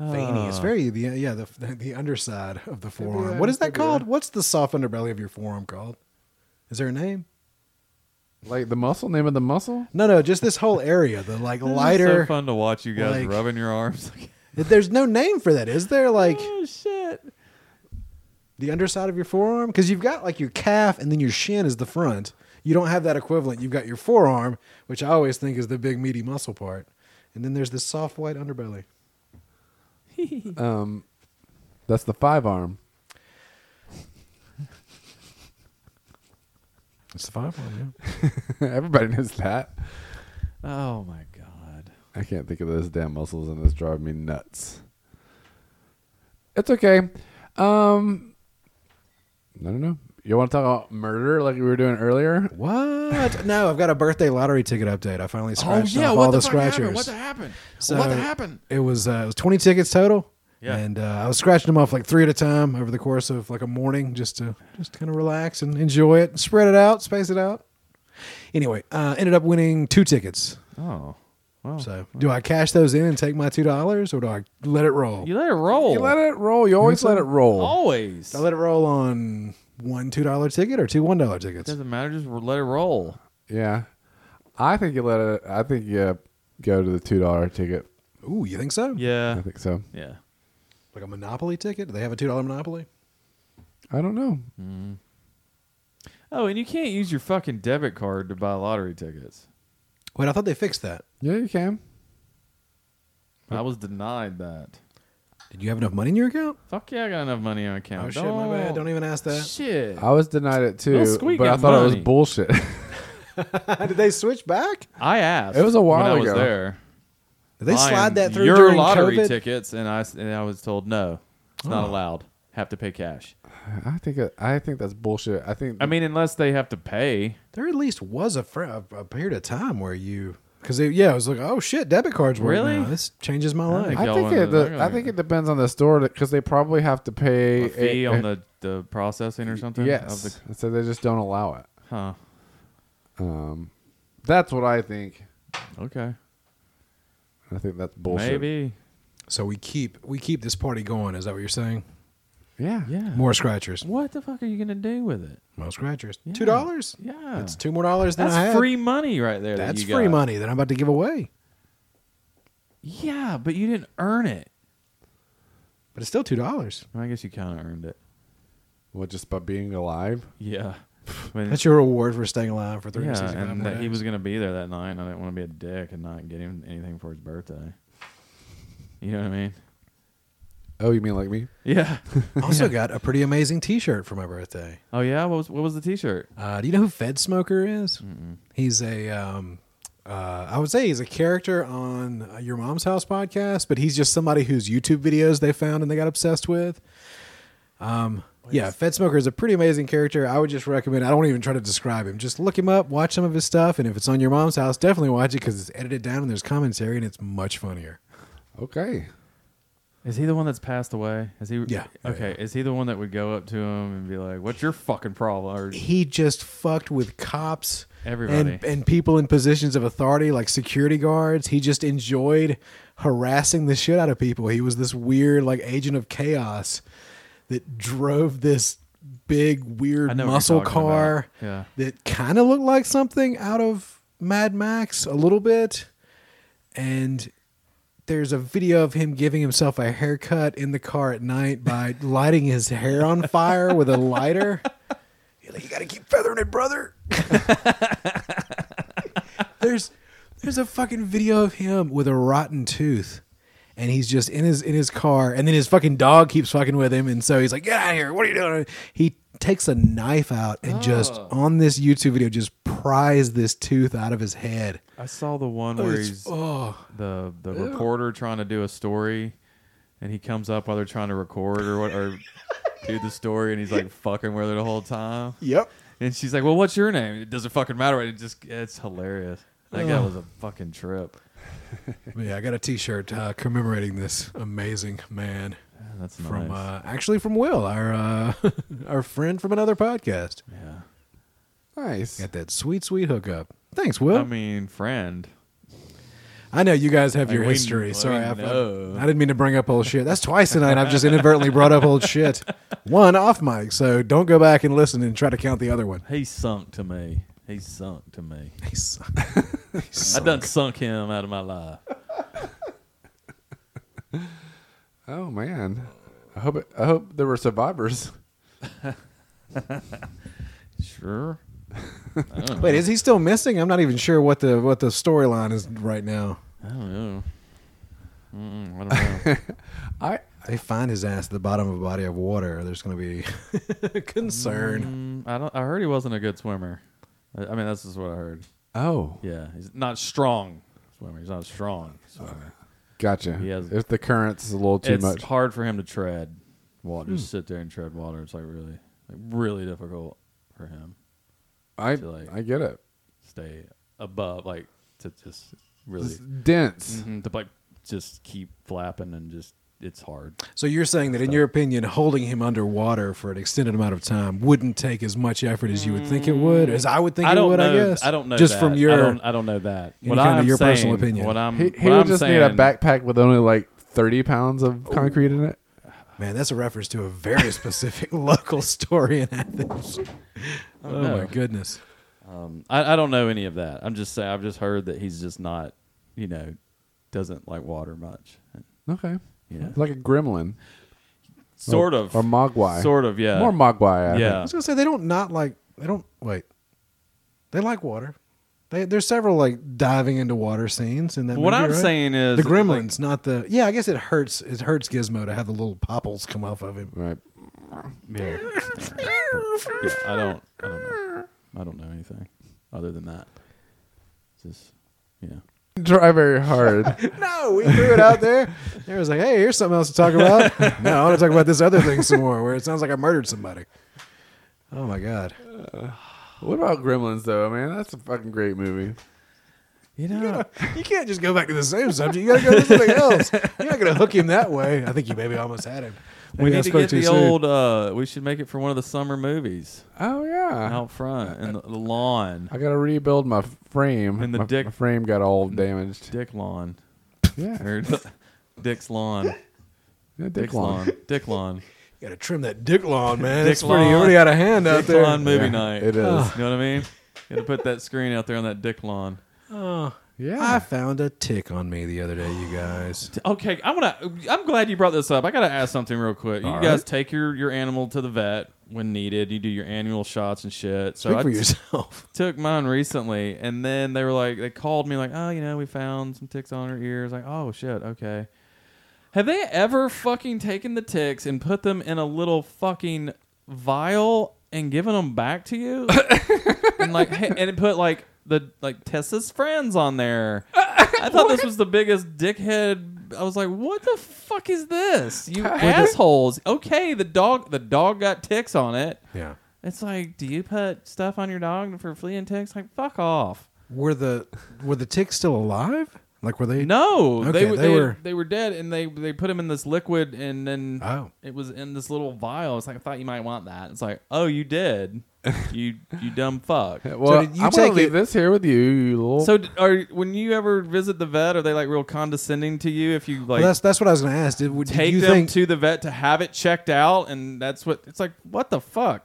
S3: Veiny. It's
S2: Ah.
S3: very the yeah the (laughs) the underside of the forearm.
S1: yeah,
S3: what is that
S1: maybe,
S3: called?
S1: yeah.
S3: What's the soft underbelly of your forearm called? Is there a name?
S1: (laughs) Like the muscle name of the muscle.
S3: No, no, just this whole area, the like
S2: This is
S3: lighter.
S2: So fun to watch you guys
S3: like-
S2: rubbing your arms. (laughs)
S3: There's no name for that, is there? Like
S2: oh shit.
S3: the underside of your forearm, because you've got like your calf and then your shin is the front. You don't have that equivalent. You've got your forearm, which I always think is the big meaty muscle part, and then there's this soft white underbelly.
S1: Um, that's the five arm. (laughs)
S3: It's the five one, yeah.
S1: Everybody knows that.
S2: Oh my god.
S1: I can't think of those damn muscles, and it's driving me nuts. It's okay. Um, I don't know. You want to talk about murder like we were doing earlier?
S3: What? (laughs) No, I've got a birthday lottery ticket update. I finally
S2: Oh,
S3: scratched off all the, scratchers.
S2: happened?
S3: So It was uh, it was twenty tickets total.
S2: Yeah.
S3: And uh, I was scratching them off like three at a time over the course of like a morning, just to just kind of relax and enjoy it, spread it out, space it out. Anyway, uh, ended up winning two tickets.
S2: Oh, well,
S3: So do I cash those in and take my two dollars, or do I let it roll?
S2: you let it roll.
S1: You let it roll. You always let it roll.
S2: Always
S3: I let it roll on one two dollar ticket or two one dollar tickets.
S2: doesn't matter. Just let it roll.
S1: Yeah, I think you let it. I think you go to the two dollar ticket.
S3: Ooh, you think so?
S1: I
S2: Yeah,
S1: think so.
S2: yeah.
S3: Like a monopoly ticket? Do they have a two dollar monopoly?
S1: I don't know.
S2: Oh, and you can't use your fucking debit card to buy lottery tickets.
S3: Wait, I thought they fixed that.
S1: Yeah, you can.
S2: I was denied that.
S3: Did you have enough money in your account?
S2: Fuck yeah, I got enough money in my account.
S3: Oh shit, my bad. Don't even
S2: (laughs)
S3: ask that.
S2: Shit.
S1: I was denied it
S2: Don't
S1: too,
S2: squeak
S1: but I
S2: at
S1: thought it was
S2: money.
S1: bullshit. (laughs)
S3: Did they switch back?
S2: I asked.
S1: It was a while
S2: when I was
S1: ago.
S2: there.
S3: Did they slide
S2: Lion,
S3: that through
S2: your
S3: during
S2: lottery
S3: COVID? Oh.
S2: tickets, and I s- and I was told no, it's not allowed. Have to pay cash.
S1: I think it, I think that's bullshit. I think
S2: I mean, unless they have to pay.
S3: There at least was a, fr- a, a period of time where you, because yeah, I was like, oh shit, debit cards work
S2: Really?
S3: now. This changes my life.
S1: I
S2: y'all
S1: think
S2: wanna-
S1: it. the-
S2: they're
S1: I
S2: gonna-
S1: think it depends on the store because they probably have to pay
S2: A fee
S1: a-
S2: on
S1: a-
S2: the, the processing or something.
S1: Yes,
S2: Of the,
S1: so they just don't allow it.
S2: huh.
S1: Um, that's what I think.
S2: Okay.
S1: I think that's bullshit.
S2: Maybe.
S3: So we keep we keep this party going. Is that what you're saying?
S1: Yeah.
S2: Yeah.
S3: More scratchers.
S2: What the fuck are you gonna do with it?
S3: More scratchers.
S2: Yeah.
S3: Two dollars.
S2: Yeah.
S3: That's two more dollars than
S2: That's
S3: I had.
S2: free money right there. that
S3: That's
S2: you
S3: free
S2: got.
S3: money that I'm about to give away.
S2: Yeah, but you didn't earn it.
S3: But it's still two dollars.
S2: Well, I guess you kind of earned it.
S1: What just by being alive?
S3: (sighs)
S2: Yeah. I mean,
S3: That's your reward for staying alive for
S2: yeah,
S3: 365
S2: and
S3: more
S2: that he
S3: days.
S2: was gonna be there that night, and I didn't want to be a dick and not get him anything for his birthday. You know what I mean?
S1: Oh, you mean like me?
S2: Yeah.
S3: also got a pretty amazing T-shirt for my birthday.
S2: (laughs) oh yeah. What was what was the T-shirt?
S3: Uh, do you know who Fed Smoker is? He's a, um, uh, I would say he's a character on uh, Your Mom's House podcast, but he's just somebody whose YouTube videos they found and they got obsessed with. Um, yeah, Fed Smoker is a pretty amazing character. I would just recommend. I don't even try to describe him. Just look him up, watch some of his stuff, and if it's on Your Mom's House, definitely watch it because it's edited down and there's commentary and it's much funnier.
S1: Okay.
S2: Is he the one that's passed away? Is he?
S3: Yeah.
S2: Okay. Is he the one that would go up to him and be like, "What's your fucking problem?" Or
S3: he just fucked with cops
S2: Everybody.
S3: and, and people in positions of authority like security guards he just enjoyed harassing the shit out of people he was this weird like agent of chaos that drove this big
S2: I
S3: weird
S2: know what you're
S3: muscle
S2: talking
S3: car
S2: about. Yeah.
S3: that kind of looked like something out of mad max a little bit and there's a video of him giving himself a haircut in the car at night by (laughs) lighting his hair on fire with a lighter.
S2: (laughs)
S3: You're like, you gotta keep feathering it, brother. there's there's a fucking video of him with a rotten tooth. And he's just in his in his car, and then his fucking dog keeps fucking with him, and so he's like, "Get out of here! What are you doing?" He takes a knife out and just
S2: Oh.
S3: on this YouTube video, just pries this tooth out of his head.
S2: I saw the one where
S3: It's-
S2: he's
S3: oh.
S2: the the reporter trying to do a story, and he comes up while they're trying to record or what or do the story, and he's like fucking with her the whole time.
S3: Yep.
S2: And she's like, "Well, what's your name?" It doesn't fucking matter. It just it's hilarious. That guy was a fucking trip.
S3: But yeah, I got a T-shirt uh, commemorating this amazing man
S2: That's nice.
S3: from uh, actually from Will, our uh, (laughs) our friend from another podcast.
S2: yeah.
S1: Nice.
S3: Got that sweet, sweet hookup. Thanks, Will.
S2: I mean, friend.
S3: I know you guys have
S2: Like,
S3: your
S2: we-
S3: history.
S2: we
S3: Sorry, I, I
S2: know.
S3: didn't mean to bring up old shit. That's twice tonight I've just inadvertently brought up old (laughs) shit. One off mic, so don't go back and listen and try to count the other one.
S2: He sunk to me. He sunk to me.
S3: Nice. (laughs)
S2: I done sunk him out of my life.
S1: Oh man. I hope it, I hope there were survivors. (laughs)
S2: Sure.
S3: Wait, is he still missing? I'm not even sure what the what the storyline is right now.
S2: I don't know. Mm-mm, I don't (laughs) know.
S1: I
S3: They find his ass at the bottom of a body of water. There's going to be (laughs) concern.
S2: Mm, I don't. I heard he wasn't a good swimmer. I, I mean, that's just what I heard.
S1: oh
S2: Yeah, he's not strong swimmer. He's not a strong swimmer.
S1: gotcha.
S2: He has-
S1: if the currents is a little too
S2: it's
S1: much.
S2: hard for him to tread. water,
S3: Hmm.
S2: just sit there and tread water. It's like really, like really difficult for him
S1: I
S2: To, like-
S1: I get it.
S2: to stay above, like to just really
S1: It's dense.
S2: Mhm, to like just keep flapping and just it's hard.
S3: So you're saying that, in your opinion, holding him underwater for an extended amount of time wouldn't take as much effort as you would think it would, as I would think
S2: I
S3: it
S2: don't
S3: would.
S2: know.
S3: I guess.
S2: don't know.
S3: Just
S2: that.
S3: from
S2: I
S3: your
S2: don't, I don't know that.
S3: any
S2: What
S3: kind of
S2: I'm
S3: your
S2: saying,
S3: personal opinion.
S2: What I'm,
S1: He, he
S2: what
S1: would
S2: I'm
S1: just
S2: saying, Oh.
S1: need a backpack with only like 30 pounds of concrete in it.
S3: man, that's a reference to a
S2: (laughs)
S3: very specific local story in Athens. Oh my
S2: no.
S3: goodness.
S2: Um, I, I don't know any of that. I'm just saying. I've just heard that he's just not, you know, doesn't like water much.
S1: Okay.
S2: You know,
S1: Like a gremlin.
S2: sort
S1: Or-
S2: of
S1: Or mogwai.
S2: Sort of, yeah.
S1: More mogwai. I
S2: Yeah.
S3: I was gonna say they don't not like they don't wait. They like water. They, there's several like diving into water scenes and that.
S2: What
S3: movie,
S2: I'm
S3: right?
S2: saying is
S3: the gremlins, not the. Yeah, I guess it hurts. It hurts Gizmo to have the little popples come off of him.
S2: (laughs)
S1: think. Right.
S2: Yeah. Yeah, I don't. I don't know. I don't know anything other than that. Just yeah.
S1: Try very
S2: (laughs)
S1: hard.
S3: No, we threw it out there. It was like, hey, here's something else to talk
S2: (laughs)
S3: about. no, I want to talk about this other thing some more, where it sounds like I murdered somebody. Oh my god!
S1: what about gremlins, though, man? That's a fucking great movie.
S2: You know,
S3: You can't just go back to the same subject. You gotta go to
S2: (laughs)
S3: something else. You're not gonna hook him that way. I think you maybe almost had him.
S2: we
S3: Maybe I
S2: need to
S3: spoke
S2: get
S3: too
S2: the
S3: soon.
S2: old. Uh, we should make it for one of the summer movies
S1: Oh,
S3: Ah.
S1: yeah.
S2: out front in the, the lawn,
S1: I got to rebuild my frame.
S2: And the
S1: my,
S2: dick-
S1: my frame got all damaged.
S2: Dick lawn,
S1: Yeah.
S2: or (laughs) Dick's lawn,
S1: yeah, dick,
S2: Dick's
S1: lawn.
S2: lawn, Dick lawn,
S3: You gotta trim that dick lawn, man.
S2: Dick
S3: it's pretty
S2: lawn.
S3: already out of hand out
S2: Dick
S3: there.
S2: lawn movie
S1: Yeah,
S2: night.
S1: it is.
S2: You know what I mean? You got to put that screen out there on that Dick lawn.
S3: Oh, I
S2: Ah,
S1: Yeah.
S3: found a tick on me the other day, you guys.
S2: Okay, I want to. I'm glad you brought this up. I gotta ask something real quick. You
S1: All
S2: guys
S1: right.
S2: take your your animal to the vet when needed. You do your annual shots and shit. So
S3: Speak
S2: I
S3: for
S2: t- (laughs)
S3: yourself.
S2: took mine recently, and then they were like, they called me like, oh, you know, we found some ticks on her ears. Like, oh shit, okay. Have they ever fucking taken the ticks and put them in a little fucking vial and given them back to you? and like, hey, and it put like the like Tessa's friends on there. I thought this was the biggest dickhead. I was like, what the fuck is this? You assholes. Okay, the dog the dog got ticks on it.
S3: Yeah.
S2: It's like, do you put stuff on your dog for flea and ticks? Like, fuck off.
S3: Were the were the ticks still alive? Like were they?
S2: No,
S3: Okay,
S2: they, were
S3: they
S2: they
S3: were-
S2: were they were dead, and they they put them in this liquid, and then
S3: Oh.
S2: it was in this little vial. It's like I thought you might want that. It's like, oh, you
S3: (laughs)
S2: did, you you dumb fuck.
S1: Well,
S3: did you
S1: I'm going
S3: take
S1: to leave
S3: it-
S1: this here with you, you little.
S2: So, d- are when you ever visit the vet, are they like real condescending to you if you like?
S3: Well, that's that's what I was gonna ask. Did, would- did
S2: Take
S3: you
S2: them
S3: think?
S2: to the vet to have it checked out, and that's what it's like. What the fuck?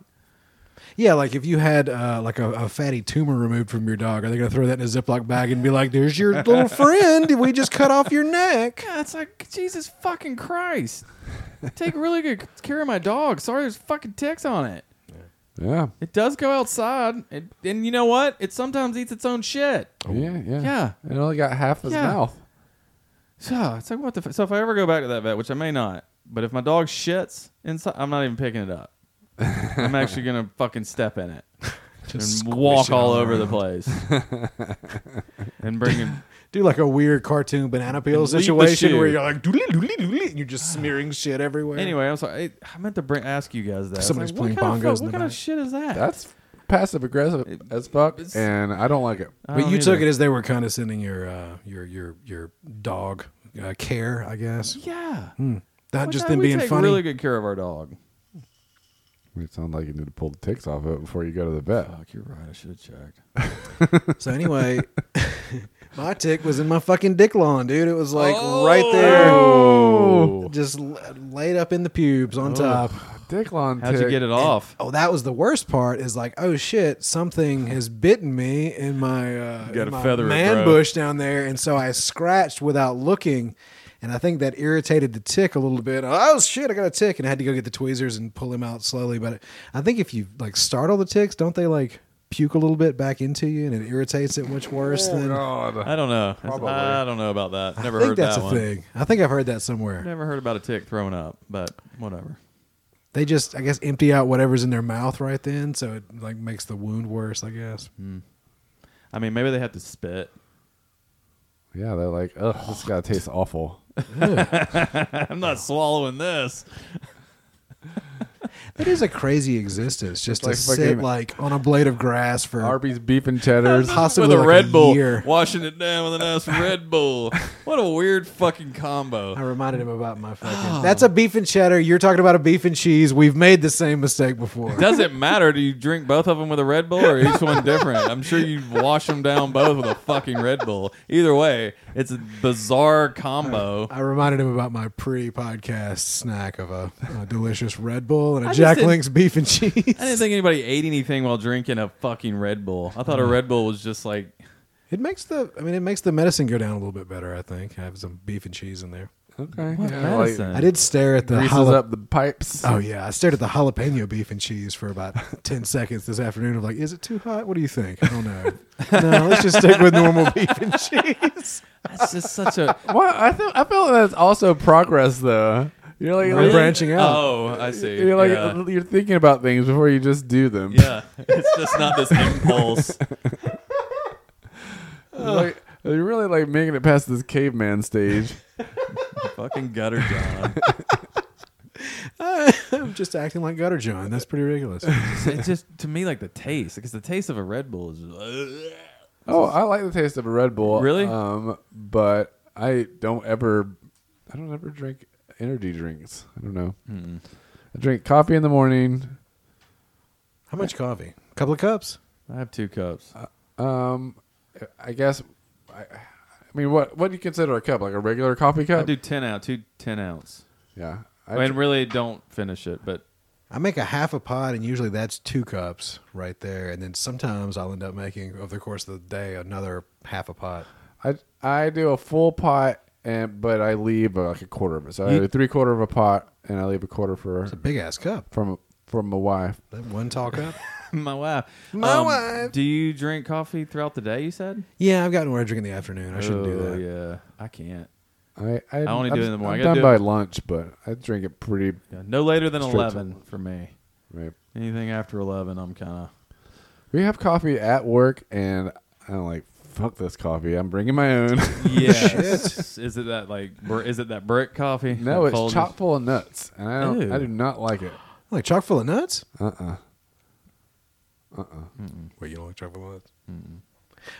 S3: yeah, like if you had uh, like a, a fatty tumor removed from your dog, are they gonna throw that in a Ziploc bag and be like, "There's
S2: (laughs)
S3: your little friend. We just cut off your neck."
S2: Yeah, it's like Jesus fucking Christ. Take really good care of my dog. Sorry, there's fucking ticks on it.
S1: yeah.
S2: It does go outside, it, and you know what? It sometimes eats its own shit.
S1: Yeah. Yeah.
S2: Yeah.
S1: It only got half his
S2: Yeah.
S1: mouth.
S2: So it's like what the. F- so if I ever go back to that vet, which I may not, but if my dog shits inside, I'm not even picking it up. I'm actually gonna fucking step
S3: (laughs)
S2: in it
S3: Just
S2: and
S3: squish
S2: walk
S3: it
S2: all over
S3: around.
S2: the
S3: (laughs)
S2: place, and bring him.
S3: Do like a weird cartoon banana peel
S2: leave the
S3: situation
S2: shoe.
S3: where you're like doodly doodly doodly, and you're just smearing shit everywhere.
S2: Anyway, I'm sorry. I, I meant to bring, ask you guys that. I was
S3: Somebody's
S2: like, what
S3: playing
S2: kind Of,
S3: bongos
S2: fuck-
S3: in the
S2: what kind
S3: back.
S2: of shit is that?
S1: That's passive aggressive as fuck,
S2: it's-
S1: and I don't like it.
S2: I
S3: But
S2: don't
S3: you took
S2: either.
S3: it as they were condescending your uh, your your your dog uh, care, I guess.
S2: Yeah.
S3: Not
S2: Why
S3: just
S2: not
S3: them
S2: we
S3: being
S2: take
S3: funny.
S2: Really good care of our dog.
S1: It sounds like you need to pull the ticks off it before you go to the vet.
S2: Fuck, you're right. I should have checked.
S3: So anyway, (laughs) my tick was in my fucking dick lawn, dude. It was like
S2: Oh,
S3: right there,
S1: Oh,
S3: just l- laid up in the pubes on top.
S1: dick lawn.
S2: How'd you
S1: tick.
S2: get it (laughs) off?
S3: Oh, that was the worst part. Is like, oh shit, something has bitten me in my, uh,
S2: gotta
S3: in my
S2: feather it,
S3: man
S2: bro.
S3: bush down there, and so I scratched without looking, and I think that irritated the tick a little bit. Oh shit, I got a tick, and I had to go get the tweezers and pull him out slowly. But I think if you like startle the ticks, don't they like puke a little bit back into you, and it irritates it much worse than.
S2: I don't know. It's-
S1: Probably.
S2: I don't know about that. Oh, Never
S3: I think
S2: heard
S3: that's
S2: that
S3: a
S2: one.
S3: thing. I think I've heard that somewhere.
S2: Never heard about a tick throwing up, but whatever.
S3: They just, I guess, empty out whatever's in their mouth right then, so it like makes the wound worse. I guess.
S1: Hmm.
S2: I mean, maybe they have to spit. (laughs)
S1: Yeah, they're like, ugh, this guy tastes awful.
S2: I'm not swallowing this.
S3: That is a crazy existence just to
S1: like
S3: sit
S1: fucking-
S3: like on a blade of grass for
S1: Arby's beef and
S3: (laughs)
S1: cheddars.
S3: possibly
S2: With a
S3: like
S2: Red
S3: a
S2: Bull,
S3: year.
S2: washing it down with a nice
S3: (laughs)
S2: Red Bull. What a weird fucking combo.
S3: I reminded him about my
S1: Oh.
S3: fucking. That's a beef and cheddar. You're talking about a beef and cheese. We've made the same mistake before.
S2: (laughs) Does it matter? Do you drink both of them with a Red Bull or each one different? I'm sure you wash them down both with a fucking Red Bull. Either way, it's a bizarre combo.
S3: I reminded him about my pre-podcast snack of a, a delicious Red Bull and a
S2: I just
S3: Jack
S2: didn't-
S3: Link's beef and
S2: (laughs) I didn't
S3: cheese.
S2: think anybody ate anything while drinking a fucking Red Bull. I
S3: Uh-huh.
S2: thought a Red Bull was just like
S3: It makes the. I mean, it makes the medicine go down a little bit better. I think have some beef and cheese in there.
S1: Okay.
S2: what
S1: yeah, like,
S2: medicine?
S3: I did stare at the
S1: greases
S3: jala-
S1: up the pipes.
S3: Oh yeah, I stared at the jalapeno beef and cheese for about (laughs) ten seconds this afternoon. I'm like, is it too hot? What do you think? I don't (laughs) know. no, let's just stick with normal beef and cheese. (laughs)
S2: That's just such a
S1: Well, I feel I feel that's also progress though. You're like
S3: We're branching out. uh,
S2: Oh, I see.
S1: You're like uh,
S2: yeah.
S1: you're thinking about things before you just do them.
S2: Yeah. (laughs) it's just not this impulse. (laughs)
S1: It's like, you're really like making it past this caveman stage.
S2: fucking gutter John.
S3: I'm just acting like Gutter John. That's pretty ridiculous.
S2: It's, it's just to me like the taste because the taste of a Red Bull is. just-
S1: oh, I like the taste of a Red Bull.
S2: Really?
S1: Um, but I don't ever, I don't ever drink energy drinks. I don't know. I drink coffee in the morning.
S3: How much coffee? A couple of cups.
S2: I have two cups.
S3: Uh,
S1: Um, I guess. I, I mean, what what do you consider a cup? Like a regular coffee cup?
S2: I do ten ounce, two 10 ounce.
S1: Yeah. I
S2: I mean, really don't finish it, but (laughs)
S3: I make a half a pot, and usually that's two cups right there. And then sometimes I'll end up making, over the course of the day, another half a pot.
S1: I I do a full pot and but I leave uh, like a quarter of it. So I
S2: You-
S1: do a three quarter of a pot and I leave a quarter for
S3: It's a big ass cup.
S1: from from my wife.
S3: That one tall (laughs) cup.
S2: my wife. um,
S3: My wife.
S2: Do you drink coffee throughout the day? You said.
S3: yeah, I've gotten where I drink in the afternoon. I shouldn't do
S2: Oh,
S3: that.
S2: Yeah, I can't.
S1: I I,
S2: I only
S1: I'm-
S2: do it in the morning. I
S1: I'm done
S2: gotta do
S1: by
S2: it-
S1: lunch, but I drink it pretty.
S2: Yeah, no later than
S1: Straight to
S2: eleven for me.
S1: right.
S2: Anything after eleven, I'm kind of.
S1: We have coffee at work and I'm like fuck this coffee. I'm bringing my own. (laughs)
S2: Yes. is it that like? br- Is it that brick coffee?
S1: no,
S2: That
S1: it's
S2: Folgers?
S1: chock full of nuts, and I don't. I do
S2: Ew.
S1: not like it.
S3: Like chock full of nuts.
S1: Uh uh Uh-uh.
S3: Wait, you don't like chock full of nuts?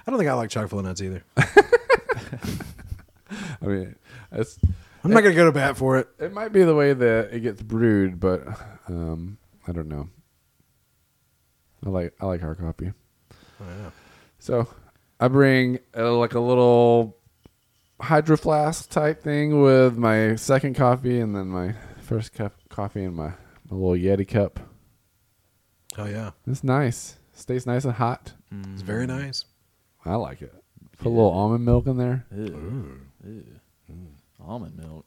S3: I don't think I like chock full of nuts either.
S1: I mean, it's
S3: I'm not gonna go to bat for it.
S1: it might be the way that it gets brewed, but um, I don't know. I like I like our coffee.
S2: Oh,
S1: So I bring uh, like a little hydro flask type thing with my second coffee, and then my first cup coffee in my, my little Yeti cup.
S3: Oh yeah,
S1: It's nice. Stays nice and hot.
S3: it's very
S2: Mm-hmm.
S3: nice.
S1: I like it. Put a little almond milk in there.
S2: Ew. Ew. Almond
S1: (laughs)
S2: milk.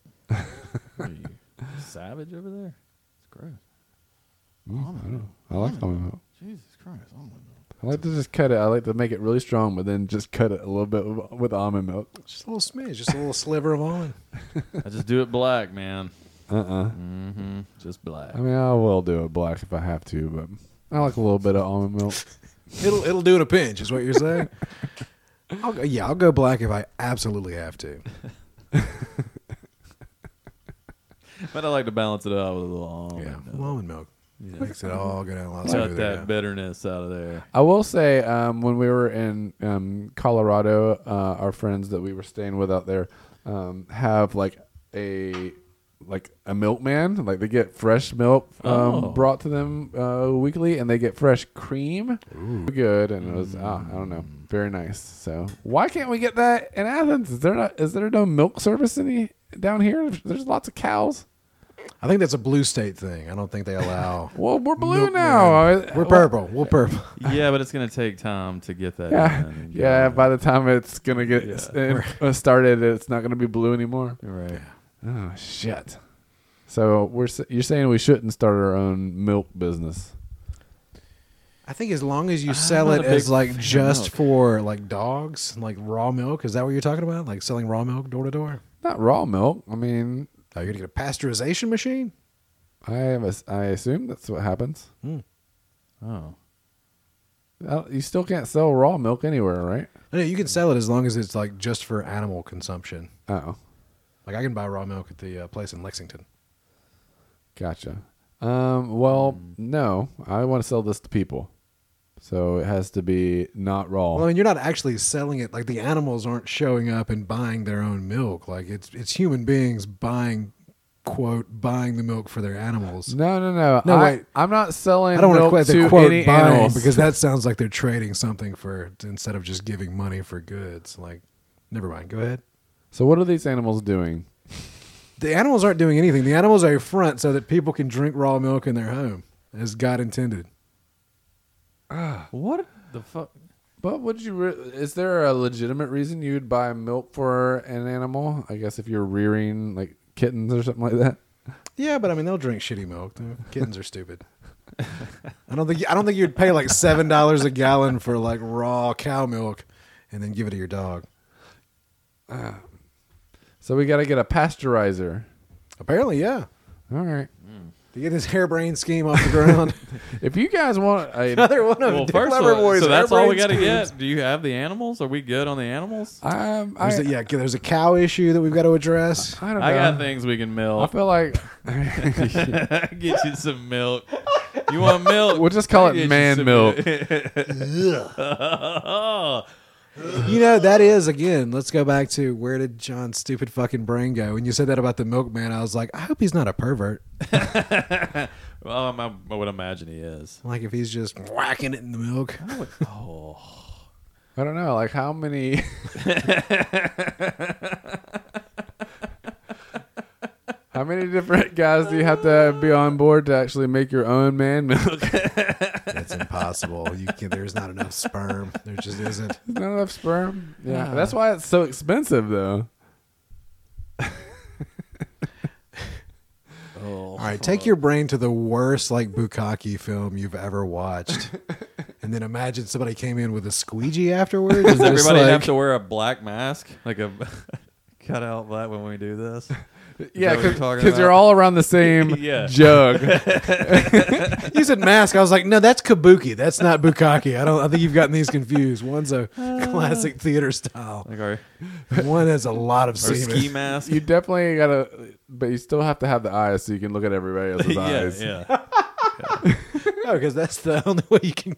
S2: What are you, savage over there? It's gross.
S1: Mm, I, don't know. I like almond milk.
S2: Jesus Christ, almond milk.
S1: I like to just cut it. I like to make it really strong, but then just cut it a little bit with- with almond milk.
S3: Just a little smidge, just a little sliver of almond.
S2: I just do it black, man.
S1: Uh uh
S2: Mm-hmm. Just black.
S1: I mean, I will do it black if I have to, but I like a little bit of almond milk.
S3: It'll it'll do in a pinch, is what
S2: (laughs)
S3: you're saying. I'll go, yeah, I'll go black if I absolutely have to.
S2: But I like to balance it out with a little almond.
S3: yeah,
S2: milk.
S3: well, almond milk
S2: Yeah.
S3: makes it all go down a lot
S2: Cut
S3: smoother.
S2: that
S3: yeah.
S2: bitterness out
S1: (laughs)
S2: of there.
S1: I will say, um, when we were in um, Colorado, uh, our friends that we were staying with out there um, have like a like a milkman. Like they get fresh milk um,
S2: Oh.
S1: brought to them uh, weekly, and they get fresh cream. Good, and it was ah, I don't know, very nice. So why can't we get that in Athens? Is there not? Is there no milk service any down here? There's lots of cows.
S3: I think that's a blue state thing. I don't think they allow.
S1: Well, we're (laughs) blue
S3: milkmen.
S1: now. I-
S3: We're
S1: well,
S3: purple. We're purple.
S2: Yeah, but it's gonna take time to get that.
S1: Yeah,
S2: in and get
S1: yeah.
S2: it.
S1: By the time it's gonna get
S2: Yeah.
S1: s- in- uh, started, it's not gonna be blue anymore.
S2: right.
S1: Oh shit! So we're s- you're saying we shouldn't start our own milk business?
S3: I think as long as you
S2: I'm
S3: sell
S2: not
S3: it
S2: a big
S3: as like
S2: fan of
S3: just
S2: milk.
S3: for like dogs, like raw milk, is that what you're talking about? Like selling raw milk door to door?
S1: Not raw milk. I mean,
S3: Are you gonna get a pasteurization machine?
S1: I have a s- I assume that's what happens.
S3: Hmm.
S2: Oh,
S1: Uh, You still can't sell raw milk anywhere, right?
S3: No, no, you can sell it as long as it's like just for animal consumption.
S1: Oh,
S3: Like I can buy raw milk at the uh, place in Lexington.
S1: gotcha. Um, well,
S3: Hmm.
S1: no. I want to sell this to people. So it has to be not raw.
S3: Well, I mean, you're not actually selling it. Like the animals aren't showing up and buying their own milk. Like it's it's human beings buying, quote, buying the milk for their animals.
S1: no, no, no.
S3: No,
S1: I,
S3: wait.
S1: I'm not selling
S3: I don't want to
S1: milk
S3: quote
S1: to
S3: the quote
S1: any
S3: buying
S1: animals.
S3: because that sounds like they're trading something for instead of just giving money for goods. Like, never mind. Go ahead.
S1: so what are these animals doing?
S3: The animals aren't doing anything. The animals are a front so that people can drink raw milk in their home, as God intended.
S2: What the fuck?
S1: But would you? Re- is there a legitimate reason you'd buy milk for an animal? I guess if you're rearing like kittens or something like that.
S3: Yeah, but I mean, they'll drink shitty milk. The Kittens are stupid. I don't think I don't think you'd pay like seven dollars a gallon for like raw cow milk, and then give it to your dog.
S1: So we got to get a pasteurizer.
S3: Apparently, yeah.
S1: All right.
S3: To get this harebrained scheme off the ground.
S1: If you guys want a,
S3: Another one of
S2: Well,
S3: the
S2: first of
S3: clever
S2: all,
S3: boys.
S2: so that's all we got to
S3: harebrained
S2: get.
S3: schemes.
S2: Do you have the animals? Are we good on the animals?
S1: um, (laughs) I,
S3: There's a, yeah, there's a cow issue that we've got to address.
S1: I don't know.
S2: I got things we can
S1: I
S2: milk.
S1: feel like (laughs)
S2: (laughs) Get you some milk. You want milk?
S1: We'll just call
S2: I'll
S1: it
S2: get you
S1: man
S2: some
S1: milk. (laughs)
S2: (laughs) oh,
S3: You know, that is again, let's go back to where did John's stupid fucking brain go? When you said that about the milkman, I was like, I hope he's not a pervert.
S2: well, I'm- I'm- I would imagine
S1: (laughs)
S2: he is.
S3: Like if he's just whacking it in the milk.
S2: Oh,
S1: I don't know. Like how many? (laughs) how many different guys do you have to be on board to actually make your own man milk? (laughs)
S3: That's impossible. You can, there's not enough sperm. There just isn't.
S1: Not enough sperm. Yeah, that's why it's so expensive, though.
S2: oh. (laughs)
S3: All right, take your brain to the worst like bukkake film you've ever watched, and then imagine somebody came in with a
S2: (laughs)
S3: squeegee afterwards. Does
S2: Everybody have
S3: (laughs)
S2: to wear a black mask, like a (laughs) cut out black when we do this.
S1: Yeah,
S2: that what you're talking
S1: because you're
S2: about?
S1: all
S2: (laughs)
S1: around the same
S2: Yeah. (laughs)
S1: jug.
S3: You said mask. I was like, no, that's kabuki. That's not bukkake. I don't. I think you've gotten these confused. One's (laughs) a classic theater style.
S1: (laughs)
S2: Like our,
S3: One has a lot of
S2: our ski
S3: semen.
S2: mask.
S1: you definitely gotta, but you still have to have the eyes so you can look at everybody else's
S2: (laughs) (laughs) yeah,
S1: eyes.
S2: yeah.
S3: No, because that's the (laughs) only way you can.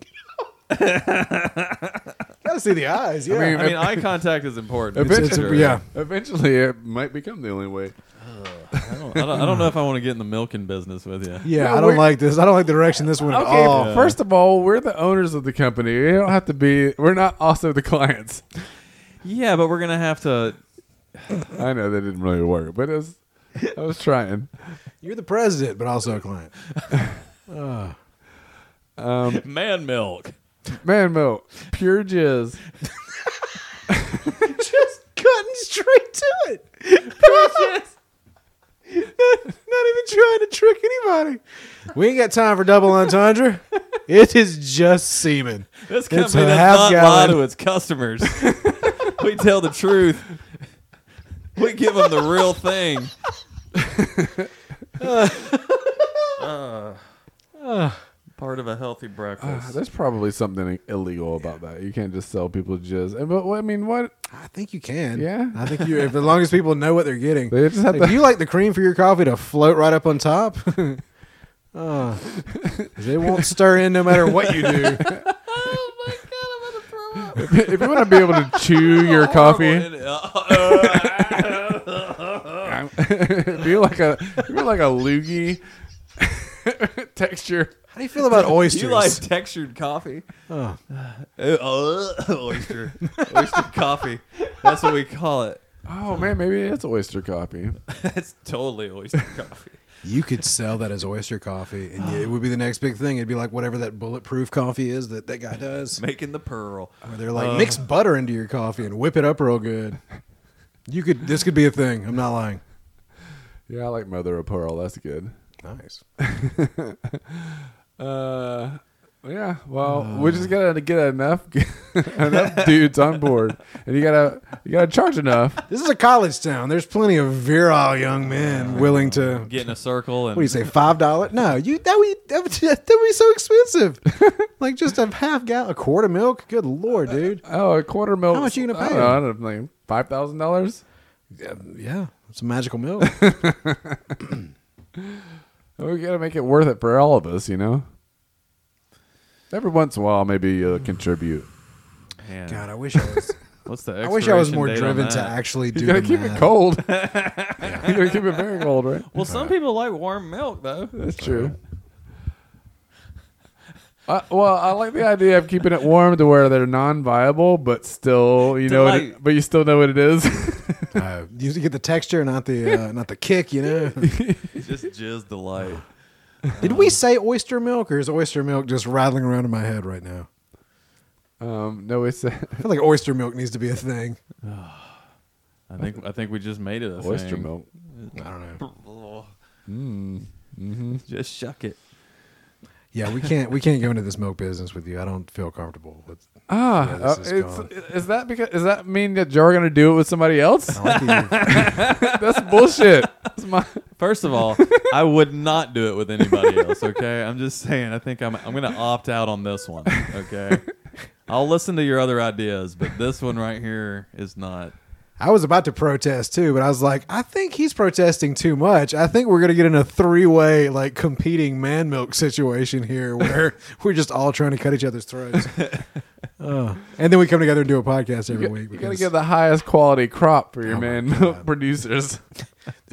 S3: (laughs) Gotta see the eyes. Yeah.
S1: mean,
S2: I mean, eye contact is important.
S1: It's-
S3: it's a-
S2: Sure.
S3: yeah.
S1: Eventually, it might become the only way.
S2: I don't, I, don't, I don't know if I want to get in the milking business with you.
S3: Yeah,
S1: No,
S3: I
S1: we're-
S3: don't like this. I don't like the direction this went
S1: Okay,
S2: Oh.
S3: at all.
S1: first of all, we're the owners of the company. We don't have to be. We're not also the clients.
S2: Yeah, but we're gonna have to.
S1: I know that didn't really work, but it was, I was trying.
S3: You're the president, but also a client.
S2: (laughs) Man milk.
S1: Man milk, pure jizz.
S3: Just (laughs) cutting straight to (laughs) it. (laughs) not, not even trying to trick anybody. We ain't got time for double entendre. It is just semen.
S2: This
S3: a
S2: company does
S3: half
S2: not lie
S3: gallon.
S2: to its customers. (laughs) we tell the truth. We give them the real (laughs) thing. Uh, part of a healthy
S1: Uh,
S2: breakfast.
S1: there's probably something illegal about that. You can't just sell people jizz. And but I mean, what? (laughs)
S3: I think you can.
S1: Yeah.
S3: I think you. If as long as people know what they're getting,
S1: They just have
S3: if
S1: to.
S3: you like the cream for your coffee to float right up on top, (laughs) uh, they won't stir in no matter what you do.
S2: Oh
S1: if you want to be able to chew
S2: (laughs) Oh,
S1: your coffee,
S2: Uh,
S1: (laughs) if you like a, if you like a loogie (laughs) texture.
S3: How do you feel about oysters?
S2: (laughs) you like textured coffee?
S3: Oh.
S2: Uh, (laughs) oyster, oyster coffee. That's what we call it. (laughs)
S1: Oh man, maybe it's oyster coffee.
S2: That's totally oyster coffee.
S3: (laughs) You could sell that as oyster coffee, and it would be the next big thing. It'd be like whatever that bulletproof coffee is that that guy does,
S2: Making the pearl.
S3: where they're like mix butter into your coffee and whip it up real good. You could. This could be a thing. I'm not lying.
S1: Yeah, I like mother of pearl. That's good.
S3: Nice.
S1: Uh, yeah. Well, we just
S3: Uh.
S1: gotta get enough (laughs) enough dudes on board, and you gotta you gotta charge enough.
S3: This is a college town. There's plenty of virile young men willing to.
S2: Get in a circle and
S3: What do you say? Five dollar? No, you that would that would, (laughs) that would be so expensive. (laughs) like just a half gallon, a quart of milk. Good lord, dude.
S1: Oh, a quarter milk.
S3: How much you gonna
S1: I
S3: pay
S1: don't know, I don't know, like five thousand dollars.
S3: Yeah, it's a magical milk.
S1: We gotta make it worth it for all of us, you know. Every once in a while, maybe you'll contribute.
S2: Man,
S3: (laughs) God, I wish I was.
S2: what's the
S3: I wish I was
S2: expiration
S3: more
S2: date on
S3: driven to
S2: that?
S3: actually do.
S1: You gotta
S3: the
S1: keep it
S3: math. (laughs)
S1: cold. you gotta keep it very cold, right?
S2: Well, some people like warm milk though. (laughs)
S1: That's true. (laughs) I, well, I like the idea of keeping it warm to where they're non-viable, but still, you
S2: To
S1: know, what
S2: like-
S1: it, but you still know what it is. (laughs)
S3: Uh, (laughs) you get the texture, not the uh, not the kick. You (laughs) know.
S2: It's just jizz delight.
S3: Did we say oyster milk, or is oyster milk just rattling around in my head right now?
S1: um, no, it's a
S3: I feel like oyster milk needs to be a thing.
S2: I think I think we just made it a
S1: (laughs) oyster
S2: thing.
S1: milk.
S3: I don't know.
S2: milk.
S1: Mm, hmm
S2: Mm-hmm. Just shuck it.
S3: Yeah, we can't we can't go into this milk business with you. I don't feel comfortable with.
S1: Ah,
S3: Yeah, this
S1: uh,
S3: is
S1: it's-
S3: gone.
S1: is, that because? Does that mean that you're gonna do it with somebody else?
S3: I like the-
S1: (laughs) That's bullshit. That's my,
S2: First of all, I would not do it with anybody else. Okay, I'm just saying. I think I'm I'm gonna opt out on this one. Okay, I'll listen to your other ideas, but this one right here is not.
S3: I was about to protest too, but I was like, I think he's protesting too much. I think we're gonna get in a three way like competing man milk situation here where (laughs) we're just all trying to cut each other's
S1: (laughs)
S3: throats. Oh. and then we come together and do a podcast every
S1: you,
S3: week.
S1: you gotta
S3: because
S1: get the highest quality crop for your
S3: Oh my
S1: man (laughs)
S3: God.
S1: producers.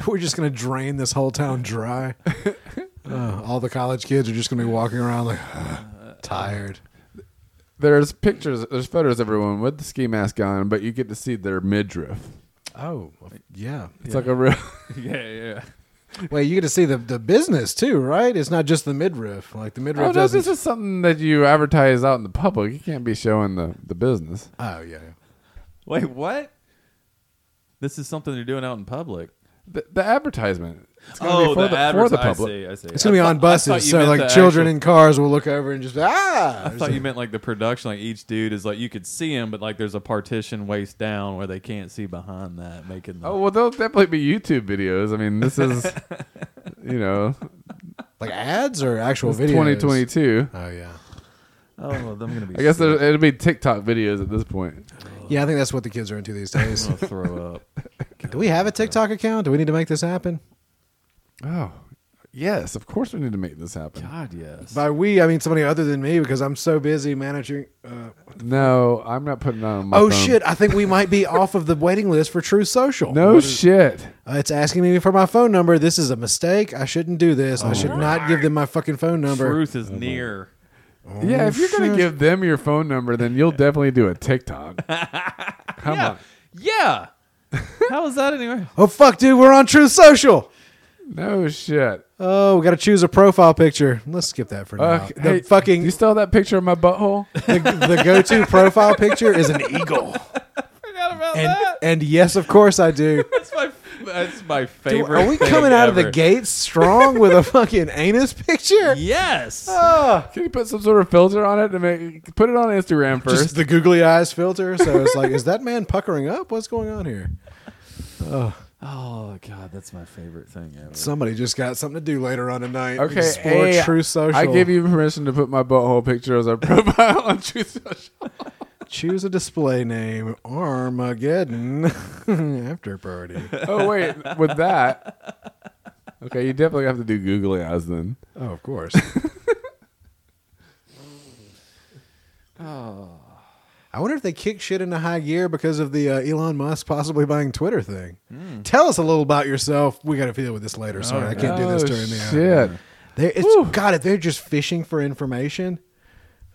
S3: we're just gonna drain this whole
S1: (laughs)
S3: town dry. Oh, all the college kids are just gonna be walking around like
S1: Uh,
S3: tired.
S1: There's pictures. There's photos of everyone with the ski mask on, but you get to see their midriff.
S3: Oh yeah.
S1: It's like a real. (laughs)
S2: Yeah, yeah.
S3: Wait, you get to see the, the business too, right? It's not just the midriff. Like the midriff
S1: Oh, no,
S3: doesn't.
S1: this is something that you advertise out in the public. You can't be showing the, the business.
S3: oh yeah. yeah.
S2: Wait, what? This is something you're doing out in public.
S1: The, the advertisement. It's gonna
S2: Oh,
S1: be for the,
S2: adver-
S1: for the
S2: I
S1: public.
S2: see. I see.
S3: It's gonna be
S2: I thought-
S3: on
S2: I thought
S3: buses,
S2: you
S3: so
S2: meant
S3: like
S2: the
S3: children
S2: actual-
S3: in cars will look over and just ah.
S2: I thought you meant like the production, like each dude is like you could see him, but like there's a partition waist down where they can't see behind that, making. The,
S1: Oh well, there'll definitely be YouTube videos. I mean, this is,
S2: (laughs)
S1: you know,
S3: like ads or actual
S1: it's
S3: videos.
S1: 2022.
S3: Oh yeah,
S2: oh, I'm gonna be.
S1: I guess there,
S2: sick.
S1: it'll be TikTok videos at this point.
S3: yeah. I think that's what the kids are into these days.
S2: I'm gonna throw up.
S3: (laughs) Do we have a TikTok account? Do we need to make this happen?
S1: Oh, yes, of course we need to make this happen.
S2: God, yes.
S3: By we, I mean somebody other than me because I'm so busy managing. Uh,
S1: No, I'm not putting it on my.
S3: oh
S1: phone.
S3: shit! I think we might be off of the waiting list for True Social.
S1: No shit.
S3: Uh, it's asking me for my phone number. This is a mistake. I shouldn't do this. I should not give them my fucking phone number.
S2: Truth is near.
S1: yeah, if you're gonna
S3: shit.
S1: give them your phone number, then
S2: (laughs)
S1: you'll definitely do a TikTok. Come
S2: yeah.
S1: on.
S2: Yeah. How is that anyway?
S3: Oh fuck, dude, we're on True Social.
S1: No shit.
S3: Oh, we got to choose a profile picture. Let's skip that for now.
S1: Ugh,
S3: the
S1: hey,
S3: fucking
S1: You still have that picture of my butthole?
S3: the, the go-to profile picture is an eagle.
S2: Forgot about
S3: And
S2: that.
S3: and yes, of course I do.
S2: That's my. That's my
S3: Do-
S2: favorite.
S3: Are we
S2: thing
S3: coming out of the
S2: ever.
S3: gates strong with a fucking anus picture?
S2: Yes.
S3: Ah.
S1: (laughs) Can you put some sort of filter on it to make put it on Instagram first?
S3: Just the googly eyes filter. So it's like, is that man puckering up? What's going on here?
S2: oh God, that's my favorite thing ever.
S3: Somebody just got something to do later on tonight.
S1: Okay,
S3: Explore
S1: hey,
S3: True Social.
S1: I give you permission to put my butthole picture as a (laughs) profile on True Social.
S3: choose a display name Armageddon (laughs) after party.
S1: Oh wait, with that. Okay, you definitely have to do googly eyes then.
S3: Oh, of course.
S2: Oh.
S3: I wonder if they kick shit into high gear because of the uh, Elon Musk possibly buying Twitter thing.
S2: Hmm.
S3: Tell us a little about yourself. We got to deal with this later. Sorry, I can't do this
S1: Oh,
S3: during the hour.
S1: shit.
S3: They,
S1: Whew.
S3: it's, God, if they're just fishing for information,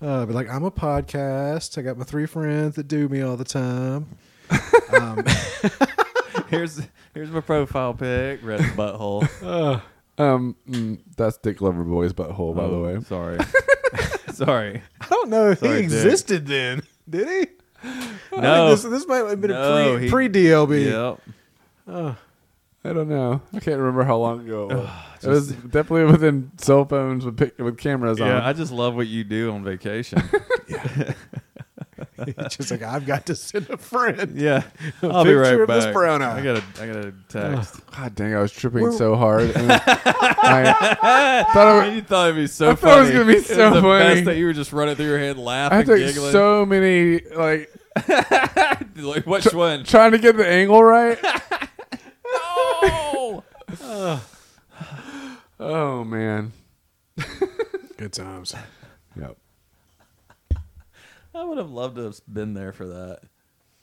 S3: uh, but like I'm a podcast. I got my three friends that do me all
S2: (laughs)
S3: the time. Um, (laughs)
S2: Here's here's my profile pic. Red butthole.
S1: Um, mm, that's Dick Loverboy's butthole, by the
S2: Oh,
S1: way.
S2: Sorry. (laughs) sorry.
S3: I don't know if
S2: Sorry,
S3: he
S2: Dick.
S3: existed then. Did he? I think
S2: No.
S3: this, this might have been
S2: No,
S3: a
S2: he-
S3: pre pre DLB. (laughs)
S2: Yep.
S1: I don't know. I can't remember how long ago. (sighs) it was. it was definitely within cell phones with pic- with cameras on.
S2: Yeah, I just love what you do on vacation.
S3: It's just like I've got to send
S2: (laughs)
S3: a friend.
S2: yeah. I'll be
S3: picture
S2: right
S3: of
S2: back.
S3: this brown eye.
S2: I got to I got to text.
S1: God dang, I was tripping
S3: We're-
S1: so (laughs) hard. And I thought (laughs) I,
S2: Man, you thought it'd be so
S1: I
S2: funny.
S1: thought it was gonna be so
S2: the
S1: funny.
S2: Best that you were just running through your head
S1: I
S2: laughing,
S1: took
S2: giggling.
S1: so many like
S2: (laughs) like which one?
S1: trying to get the angle right.
S2: Oh!
S1: Oh man.
S3: Good times.
S1: Yep.
S2: (laughs) I would have loved to have been there for that.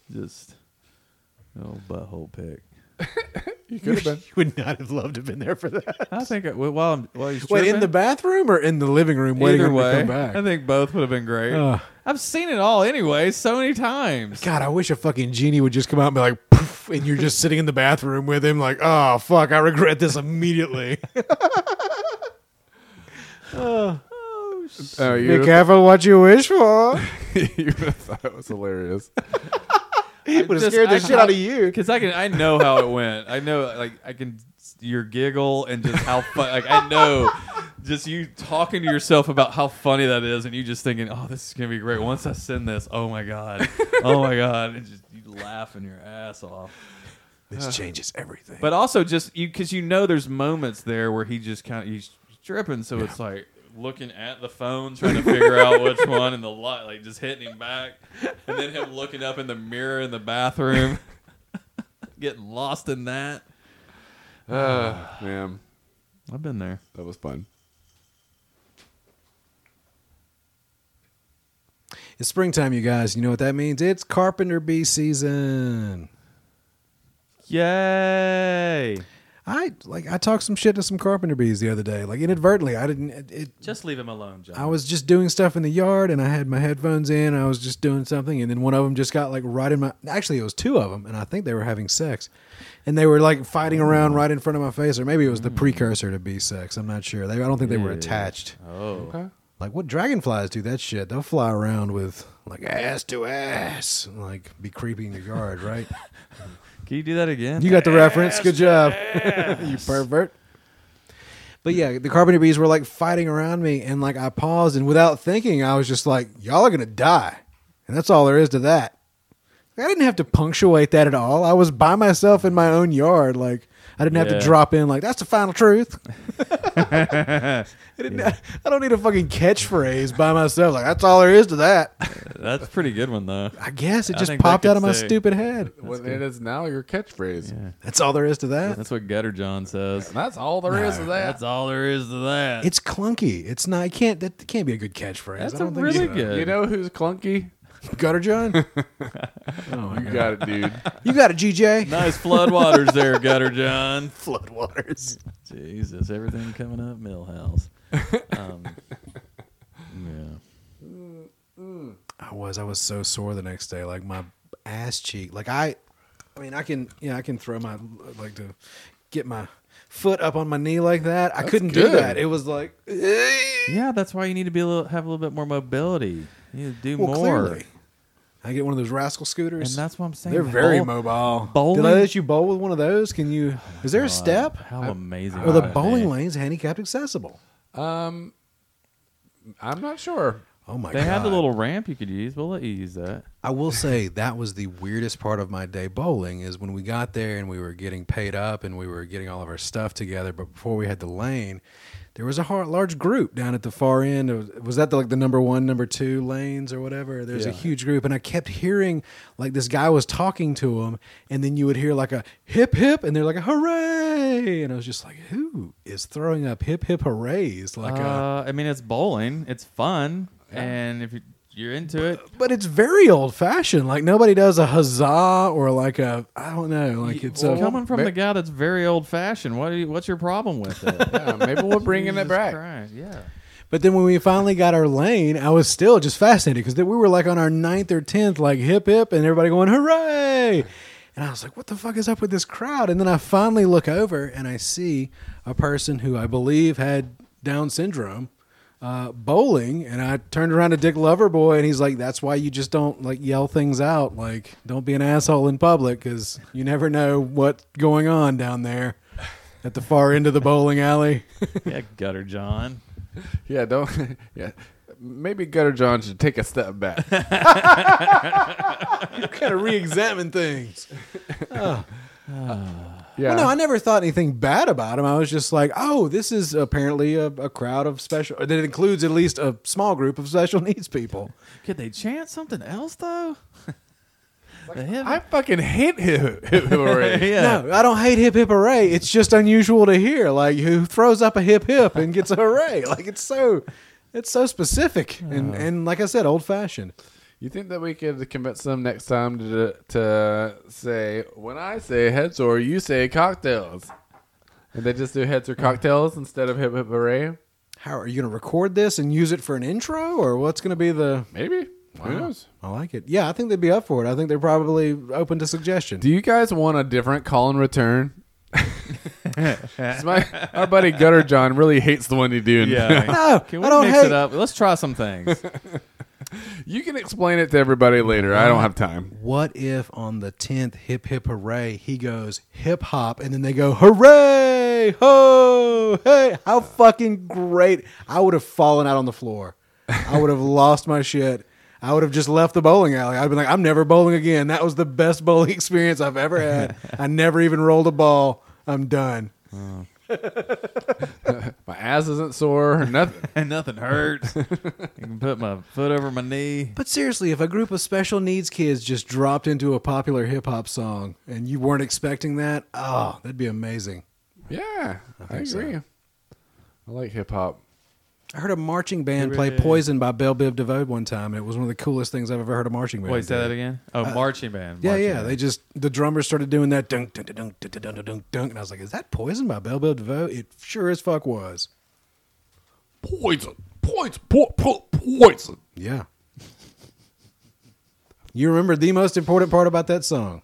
S2: Just oh butthole pick.
S1: You could have been.
S4: (laughs) You would not have loved to have been there for that.
S2: I think it, well, while I'm, while he's
S3: Wait, in the
S2: tripping,
S3: bathroom or in the living room waiting
S2: either
S3: for him
S2: way,
S3: to come
S2: I
S3: back?
S2: think both would have been great.
S3: Ugh.
S2: I've seen it all anyway, so many times.
S3: God, I wish a fucking genie would just come out and be like, poof, and you're just sitting in the bathroom with him, like, oh, fuck, I regret
S2: (laughs)
S3: this immediately.
S1: Oh, you (laughs) would
S3: careful what you
S4: (laughs)
S3: wish for.
S1: have thought it was hilarious.
S4: It would have
S2: just-
S4: scared the
S2: I-
S4: shit out of you.
S2: Because I can, I know how it went. I know, like I can, your giggle and just how fun. Like I know, just you talking to yourself about how funny that is, and you just thinking, "Oh, this is gonna be great." Once I send this, oh my god, oh my god, and just you laughing your ass off.
S3: This changes everything.
S2: But also just you, because you know, there's moments there where he just kind of he's tripping, so it's like looking at the phone, trying to figure out
S3: (laughs)
S2: which one, and the light, like just hitting him back, and then him looking up in the mirror in the bathroom, (laughs) getting lost in that.
S1: Uh, man,
S2: I've been there.
S1: that was fun.
S3: it's springtime, you guys. You know what that means? It's carpenter bee season.
S2: Yay!
S3: I like I talked some shit to some carpenter bees the other day, like inadvertently. I didn't. It, it-
S2: Just leave him alone, John.
S3: I was just doing stuff in the yard, and I had my headphones in. I was just doing something, and then one of them just got like right in my. Actually, it was two of them, and I think they were having sex, and they were like fighting around right in front of my face, or maybe it was the precursor to bee sex. I'm not sure. They, I don't think they were attached.
S2: oh,
S1: (laughs) Okay.
S3: Like what dragonflies do that shit? They'll fly around with like ass to ass, and, like be creepy in your yard, right?
S2: can you do that again?
S3: You got the reference. Good job. you pervert. But yeah, the carpenter bees were like fighting around me, and like I paused, and without thinking, I was just like, "Y'all are gonna die," and that's all there is to that. I didn't have to punctuate that at all. I was by myself in my own yard. Like I didn't have
S2: Yeah.
S3: to drop in like that's the
S2: (laughs)
S3: final truth. (laughs) I, didn't, I don't need a fucking catchphrase by myself. Like that's all there is to that.
S2: That's a pretty good one though.
S3: I guess it
S2: I
S3: just
S2: think that
S3: popped out
S2: could
S3: of my
S2: stay.
S3: stupid head.
S1: Well, it is now your catchphrase.
S2: Yeah.
S3: That's all there is to that.
S2: That's what Gutter John says.
S1: And that's all there is of that.
S2: That's all there is to that.
S3: It's clunky. It's not. It can't. That can't be a good catchphrase.
S2: that's
S3: I
S2: a
S3: don't think
S2: really
S3: so.
S2: good.
S1: You know who's clunky? (laughs)
S3: gutter John.
S1: You got it, dude.
S3: you got it, GJ.
S2: nice floodwaters there, Gutter John.
S3: Floodwaters.
S2: Jesus, everything coming up Millhouse. Um, yeah.
S3: I was. I was so sore the next day. Like my ass cheek. Like I. I mean, I can. Yeah, I can throw my like to get my foot up on my knee like that. I couldn't do
S1: good.
S3: that. It was like. eh.
S2: Yeah, that's why you need to be a little, have a little bit more mobility. You need to do
S3: Well,
S2: more.
S3: clearly, I get one of those rascal
S2: And
S3: scooters.
S2: that's what I'm saying.
S3: They're very
S2: Bowl-
S3: mobile.
S2: bowling-
S3: Did I let you bowl with one of those? Can you? Is there a step?
S2: How amazing.
S3: Or the
S2: would that
S3: bowling
S2: be?
S3: lanes handicapped accessible?
S1: Um, I'm not sure.
S3: Oh my
S2: They
S3: god!
S2: have the little ramp you could use. We'll let you use that.
S3: I will say that was the weirdest part of my day bowling is when we got there and we were getting paid up and we were getting all of our stuff together. But before we had the lane, there was a har large group down at the far end. Of, was that the, like the number one, number two lanes or whatever? There's a huge group, and I kept hearing like this guy was talking to him, and then you would hear like a hip hip, and they're like hooray, and I was just like, who is throwing up hip hip hoorays? Like, uh,
S2: Uh, I mean, it's bowling. It's fun, and if you- you're into it,
S3: but it's very old fashioned. Like nobody does a huzzah or like a I don't know. Like it's a,
S2: coming from the guy that's very old fashioned. What? Are you, what's your problem with
S3: (laughs)
S2: it?
S1: Yeah, maybe we're
S2: (laughs)
S1: bringing it
S2: Jesus
S1: back.
S2: Christ, Yeah.
S3: But then when we finally got our lane, I was still just fascinated because we were like on our ninth or tenth, like hip hip, and everybody going hooray. And I was like, what the fuck is up with this crowd? And then I finally look over and I see a person who I believe had Down syndrome uh, bowling. And I turned around to Dick Loverboy and he's like, that's why you just don't like yell things out. Like, don't be an asshole in public because you never know what's going on down there at the far end of the bowling (laughs) alley.
S2: Yeah, gutter John.
S1: Yeah, don't. (laughs) Yeah, maybe Gutter John should take a step back.
S3: kind of re-examine things.
S1: Yeah,
S3: Well, no, I never thought anything bad about him. I was just like, oh, this is apparently a, a crowd of special that includes at least (laughs) a small group of special needs people.
S2: Could they chant something else though? The hip-
S1: I fucking hate hip hip (laughs) hooray.
S2: yeah.
S3: No, I don't hate hip hip hooray. It's just unusual to hear. Like who throws up a hip hip and gets a hooray? (laughs) Like it's so, it's so specific and and like I said, old fashioned.
S1: You think that we could convince them next time to to say when I say heads or you say cocktails, and they just do heads or cocktails instead of hip hip hooray?
S3: How are you going to record this and use it for an intro or what's going to be the?
S1: Maybe. Who knows?
S3: I like it. Yeah, I think they'd be up for it. I think they're probably open to suggestion.
S1: Do you guys want a different call and return? 'Cause my, our buddy Gutter John really hates the one you do.
S2: Yeah.
S3: No,
S2: Can
S3: I
S2: we
S3: don't
S2: mix
S3: hate.
S2: it up? Let's try some things.
S1: (laughs) You can explain it to everybody later. I don't have time.
S3: What if on the tenth hip hip hooray he goes hip hop and then they go hooray ho hey how fucking great I would have fallen out on the floor I would have lost my shit I would have just left the bowling alley I'd been like I'm never bowling again that was the best bowling (laughs) experience I've ever had I never even rolled a ball I'm done
S1: My ass isn't sore or nothing.
S2: and nothing hurts. I can put my foot over my knee.
S3: but seriously if a group of special needs kids just dropped into a popular hip hop song and you weren't expecting that oh that'd be amazing.
S1: Yeah, I,
S3: think so.
S1: agree. I like hip hop.
S3: I heard a marching band play
S2: Hooray.
S3: Poison by Belle Biv DeVoe one time, and it was one of the coolest things I've ever heard a marching band.
S2: Wait, say
S3: do.
S2: that again? Oh, marching band.
S3: Yeah,
S2: marching
S3: yeah.
S2: band.
S3: They just the drummers started doing that dunk dunk dunk dunk dunk dunk dunk, dunk, and I was like, "Is that Poison by Belle Biv DeVoe?" It sure as fuck was.
S1: Poison, poison, po- po- poison.
S3: Yeah. (laughs) You remember the most important part about that song?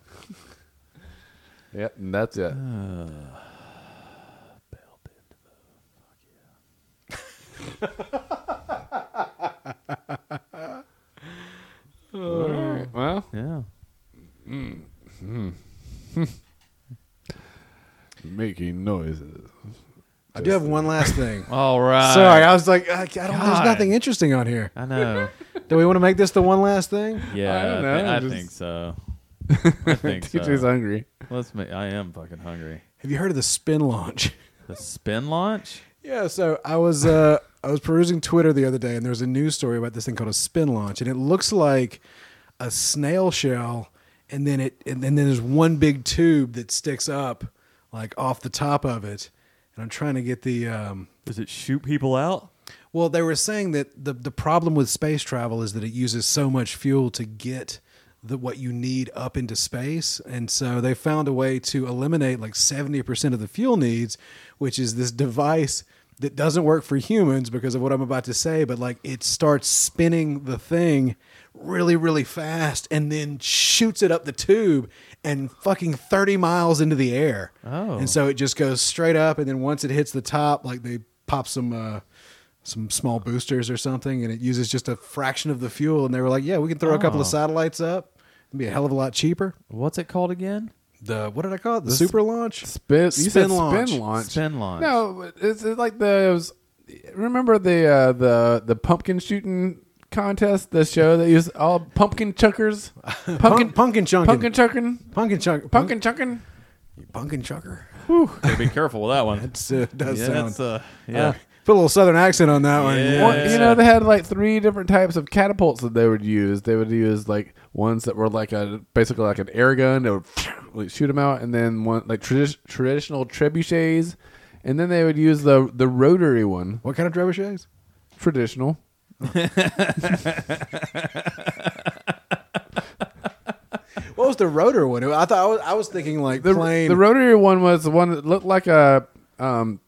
S1: Yep, and that's it. All right, Well,
S2: yeah.
S1: making noises.
S3: I do have one
S2: (laughs)
S3: last thing.
S2: All right.
S3: Sorry, I was like, I, I don't. There's
S2: God.
S3: nothing interesting on here.
S2: I know.
S3: Do we want to make this the one last thing?
S2: Yeah,
S1: I
S2: I,
S1: don't
S2: thi-
S1: know,
S2: I
S1: just-
S2: think so. I think
S1: TJ's
S2: so.
S1: hungry.
S2: Let's make, I am fucking hungry.
S3: Have you heard of the spin launch? (laughs)
S2: The spin launch?
S3: Yeah, so I was uh, I was perusing Twitter the other day, and there was a news story about this thing called a spin launch, and it looks like a snail shell, and then it and, then there's one big tube that sticks up like off the top of it, and I'm trying to get the um,
S2: Does it shoot people out?
S3: well, they were saying that the the problem with space travel is that it uses so much fuel to get the what you need up into space, and so they found a way to eliminate like seventy percent of the fuel needs, which is this device that doesn't work for humans because of what I'm about to say, but like it starts spinning the thing really really fast and then shoots it up the tube and fucking 30 miles into the air.
S2: Oh.
S3: And so it just goes straight up and then once it hits the top like they pop some uh some small boosters or something, and it uses just a fraction of the fuel. And they were like, "Yeah, we can throw a couple of
S2: Oh.
S3: satellites up. It'd be a hell of a lot cheaper."
S2: What's it called again?
S3: The what did I call it? The, super launch.
S1: Spin. You said
S3: Spin launch.
S1: spin launch.
S2: Spin launch.
S1: No, it's, it's like those. Remember the uh, the the pumpkin shooting contest, the show that used all pumpkin (laughs) chuckers,
S3: Pumpkin,
S1: pumpkin
S3: pumpkin chunkin,
S1: pumpkin chucking,
S3: pumpkin chunk,
S1: pumpkin chucking.
S3: pumpkin chunker.
S2: Gotta be careful with that one.
S3: That's uh, does
S2: yeah,
S3: sound.
S2: that's uh, yeah.
S3: Uh, put a little southern accent on that one.
S2: Yeah.
S1: One- You know, they had like three different types of catapults that they would use. They would use like ones that were like a basically like an air gun that would (sniffs) like, shoot them out, and then one like tradi- traditional trebuchets, and then they would use the the rotary one,
S3: What kind of trebuchets?
S1: traditional.
S3: What was the rotor one? I thought I was, I was thinking like
S1: The,
S3: plain.
S1: the rotary one was the one that looked like a, um,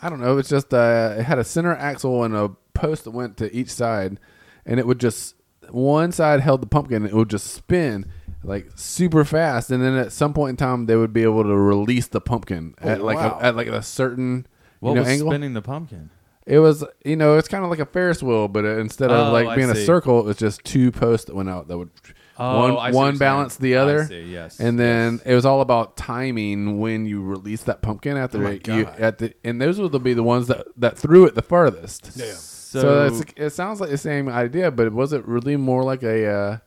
S1: I don't know. It's just uh, it had a center axle and a post that went to each side, and it would just one side held the pumpkin. It would just spin like super fast, and then at some point in time they would be able to release the pumpkin at like
S3: Oh, wow.
S1: a, at like a certain
S2: What
S1: you know
S2: was
S1: angle.
S2: spinning the pumpkin?
S1: It was you know it's kind of like a Ferris wheel, but it, instead of
S2: Oh,
S1: like
S2: I
S1: being a
S2: see.
S1: circle, it was just two posts that went out that would
S2: Oh,
S1: one
S2: I see what you're
S1: one
S2: saying.
S1: balanced the other.
S2: I see, yes,
S1: and then
S2: yes.
S1: it was all about timing when you release that pumpkin after
S3: Oh my
S1: it, you
S3: God.
S1: at the and those will be the ones that that threw it the farthest.
S3: Yeah.
S1: So,
S2: So,
S1: it's, it sounds like the same idea, but was it really more like a uh,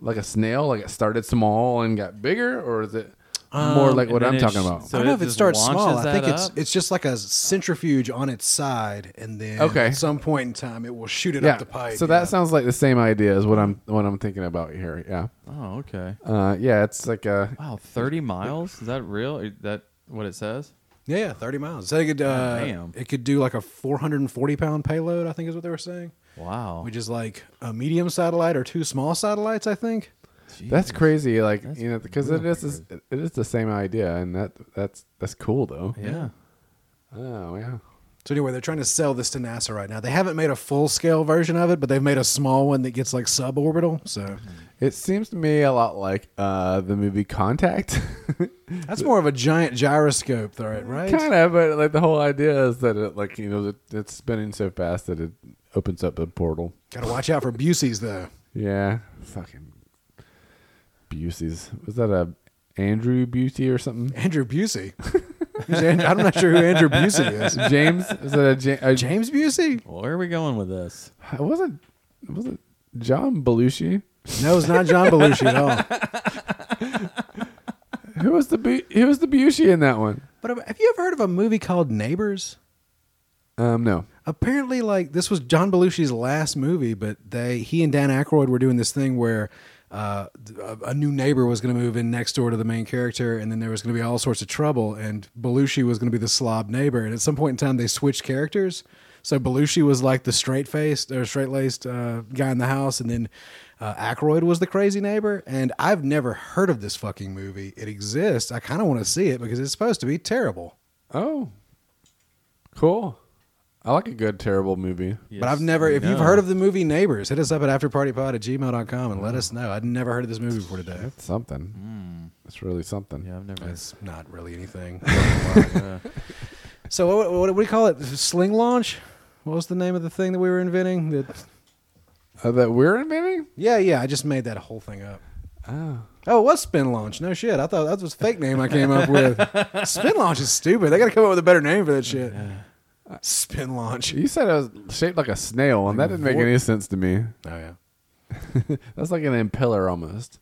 S1: like a snail? Like it started small and got bigger, or is it more
S2: Um,
S1: like what
S2: and then
S1: I'm
S2: it
S1: talking
S2: sh-
S1: about.
S2: so
S3: I don't know if it
S2: just
S3: starts
S2: launches
S3: small. I
S2: that
S3: think it's
S2: up?
S3: it's just like a centrifuge on its side, and then
S1: Okay.
S3: at some point in time, it will shoot it
S1: yeah.
S3: up the pipe.
S1: so
S3: yeah.
S1: that sounds like the same idea as what I'm what I'm thinking about here. Yeah.
S2: oh okay.
S1: Uh, yeah, it's like a
S2: Wow, thirty miles? Is that real? Is that what it says?
S3: yeah, yeah, thirty miles. So it could uh,
S2: Oh, Damn.
S3: it could do like a four hundred and forty pound payload. I think is what they were saying,
S2: Wow.
S3: which is like a medium satellite or two small satellites. I think.
S1: that's crazy. Like
S2: That's
S1: you know, because
S2: real
S1: it is it is the same idea, and that that's that's cool though.
S2: Yeah.
S1: Oh yeah.
S3: So anyway, they're trying to sell this to NASA right now. They haven't made a full scale version of it, but they've made a small one that gets like suborbital. So
S2: Mm-hmm.
S1: It seems to me a lot like uh, the movie
S2: (laughs)
S1: Contact.
S3: that's more of a giant gyroscope, threat, right?
S1: kind of, but like the whole idea is that it like you know it, it's spinning so fast that it opens up a portal.
S3: Got to watch out for Busey's though.
S1: Yeah, fucking Busey's. Was that a Andrew Busey or something?
S2: (laughs)
S3: Andrew Busey. Who's An- I'm not sure who Andrew Busey is.
S1: James? Is that a, Ja- a
S3: James Busey?
S2: Well, where are we going with this?
S1: It wasn't. It wasn't John Belushi.
S3: No, it's not John Belushi at all.
S1: Who was the Bu- Who was the Busey in that one?
S3: But have you ever heard of a movie called Neighbors?
S1: Um, no.
S3: Apparently, like this was John Belushi's last movie, but they he and Dan Aykroyd were doing this thing where uh, a, a new neighbor was going to move in next door to the main character, and then there was going to be all sorts of trouble, and Belushi was going to be the slob neighbor, and at some point in time they switched characters. So Belushi was like the straight faced or straight laced uh, guy in the house, and then uh, Aykroyd was the crazy neighbor. And I've never heard of this fucking movie. It exists. I kind of want to see it because it's supposed to be terrible.
S1: Oh, cool. I like a good terrible movie.
S2: Yes,
S3: But I've never,
S2: we
S3: if you've
S2: know.
S3: heard of the movie Neighbors, hit us up at afterpartypod at gmail.com and let us know. I'd never heard of this movie before today.
S1: That's something. That's really something.
S2: Hmm. Yeah, I've never.
S3: It's not really anything. (laughs)
S2: uh,
S3: so, what, what, what do we call it? Sling launch? What was the name of the thing that we were inventing? That,
S1: Uh, that we're inventing.
S3: yeah, yeah, I just made that whole thing up.
S2: Ah.
S1: Oh,
S3: Oh, it was spin launch. No shit. I thought that was a fake name I came up with. spin launch is stupid. They got to come up with a better name for that shit. Spin launch. Oh,
S1: you said it was shaped like a snail, and that didn't make
S3: what?
S1: any sense to me. (laughs)
S3: Oh, yeah.
S1: That's like an impeller almost.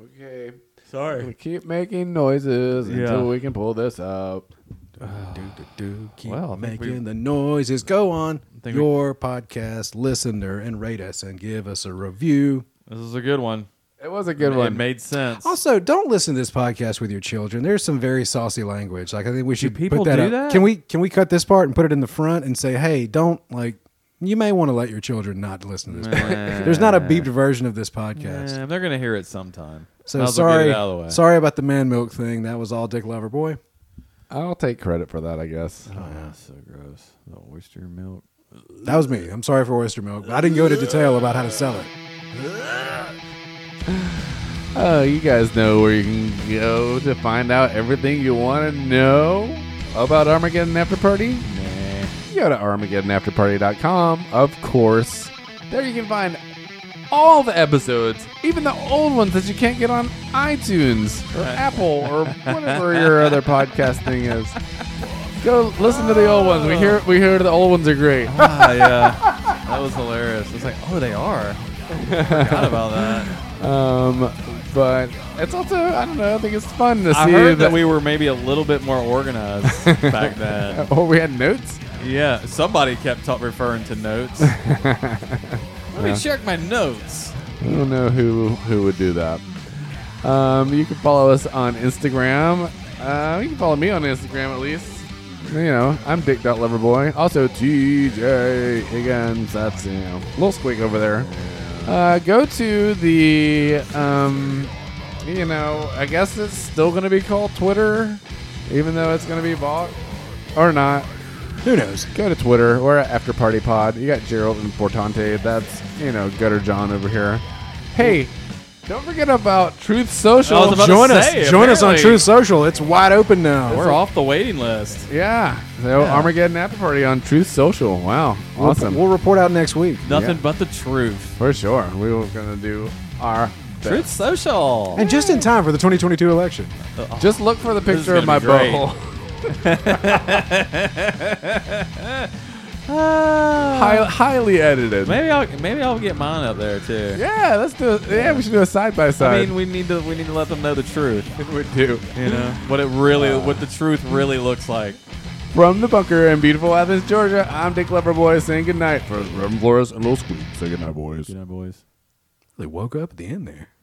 S1: Okay. I'm gonna
S2: Sorry.
S1: keep making noises
S2: Yeah.
S1: until we can pull this up.
S3: do, do, do, keep
S2: Well, I think
S3: making
S2: we-
S3: the noises. Go on
S2: think we-
S3: your podcast listener and rate us and give us a review.
S2: This is a good one.
S1: It was a good
S2: it
S1: one.
S2: made sense.
S3: Also, don't listen to this podcast with your children. There's some very saucy language. Like I think we should
S2: people
S3: put that
S2: do
S3: up.
S2: that?
S3: Can we can we cut this part and put it in the front and say, hey, don't like you may want to let your children not listen to this. podcast. There's not a beeped version of this podcast.
S2: they're gonna hear it sometime.
S3: So
S2: Might as well get
S3: sorry,
S2: it out of the way.
S3: sorry about the man milk thing. That was all Dick Lover Boy.
S1: I'll take credit for that, I guess.
S2: Oh, yeah, so gross. The oyster
S3: (laughs)
S2: milk.
S3: That was me. I'm sorry for oyster milk. But I didn't go into detail about how to sell it.
S1: Oh, you guys know where you can go to find out everything you want to know about Armageddon After Party? Nah. Go to ArmageddonAfterParty.com, of course. There you can find all the episodes, even the old ones that you can't get on iTunes or Apple
S2: (laughs)
S1: or whatever your other podcast thing is. Go listen to the old ones. We hear we hear the old ones are great.
S2: Ah, yeah, that was hilarious. It's like, oh, they are. (laughs) Forgot about that.
S1: Um, but it's also I don't know. I think it's fun to see
S2: I heard
S1: that
S2: that we were maybe a little bit
S1: (laughs)
S2: more organized back then.
S1: Oh, we had notes.
S2: Yeah, somebody kept ta- referring
S1: (laughs)
S2: to notes. Let me check my notes.
S1: I don't know who who would do that. Um, you can follow us on Instagram. Uh, you can follow me on Instagram at least. You know, I'm Dick.Loverboy. Also, TJ Higgins. That's you know, little squeak over there. Uh, go to the, um, you know, I guess it's still going to be called Twitter, even though it's going to be bought or not.
S3: Who knows?
S1: Go to Twitter. We're at After Party Pod. You got Gerald and Portante. That's, you know, Gutter John over here. Hey, don't forget about Truth Social.
S2: I was about to
S3: join us.
S2: say,
S3: join us on
S2: apparently.
S3: Truth Social. It's wide open now.
S2: We're off the waiting list.
S1: yeah. So Armageddon After Party on Truth Social. Wow.
S3: We'll-
S1: Awesome.
S3: We'll, report out next week.
S2: Nothing
S1: Yeah.
S2: but the truth.
S1: For sure. We were going to do our best.
S2: Truth social.
S3: And just in time for the 2022 election.
S1: Just look for the
S2: is
S1: picture of my
S2: gonna be great.
S1: butthole. Hi- highly edited.
S2: Ah. Maybe I'll maybe I'll get mine up there too.
S1: Yeah, let's do. it. Yeah, we should do a side by
S2: I
S1: side.
S2: mean, we need to we need to let them know the truth.
S1: (laughs) we do.
S2: You know what it really
S1: (laughs)
S2: what the truth really looks like.
S1: From the bunker in beautiful Athens, Georgia, I'm Dick Loverboy saying goodnight. From Flores and Little Squeak, say goodnight, boys.
S2: Good night, boys.
S3: They woke up at the end there.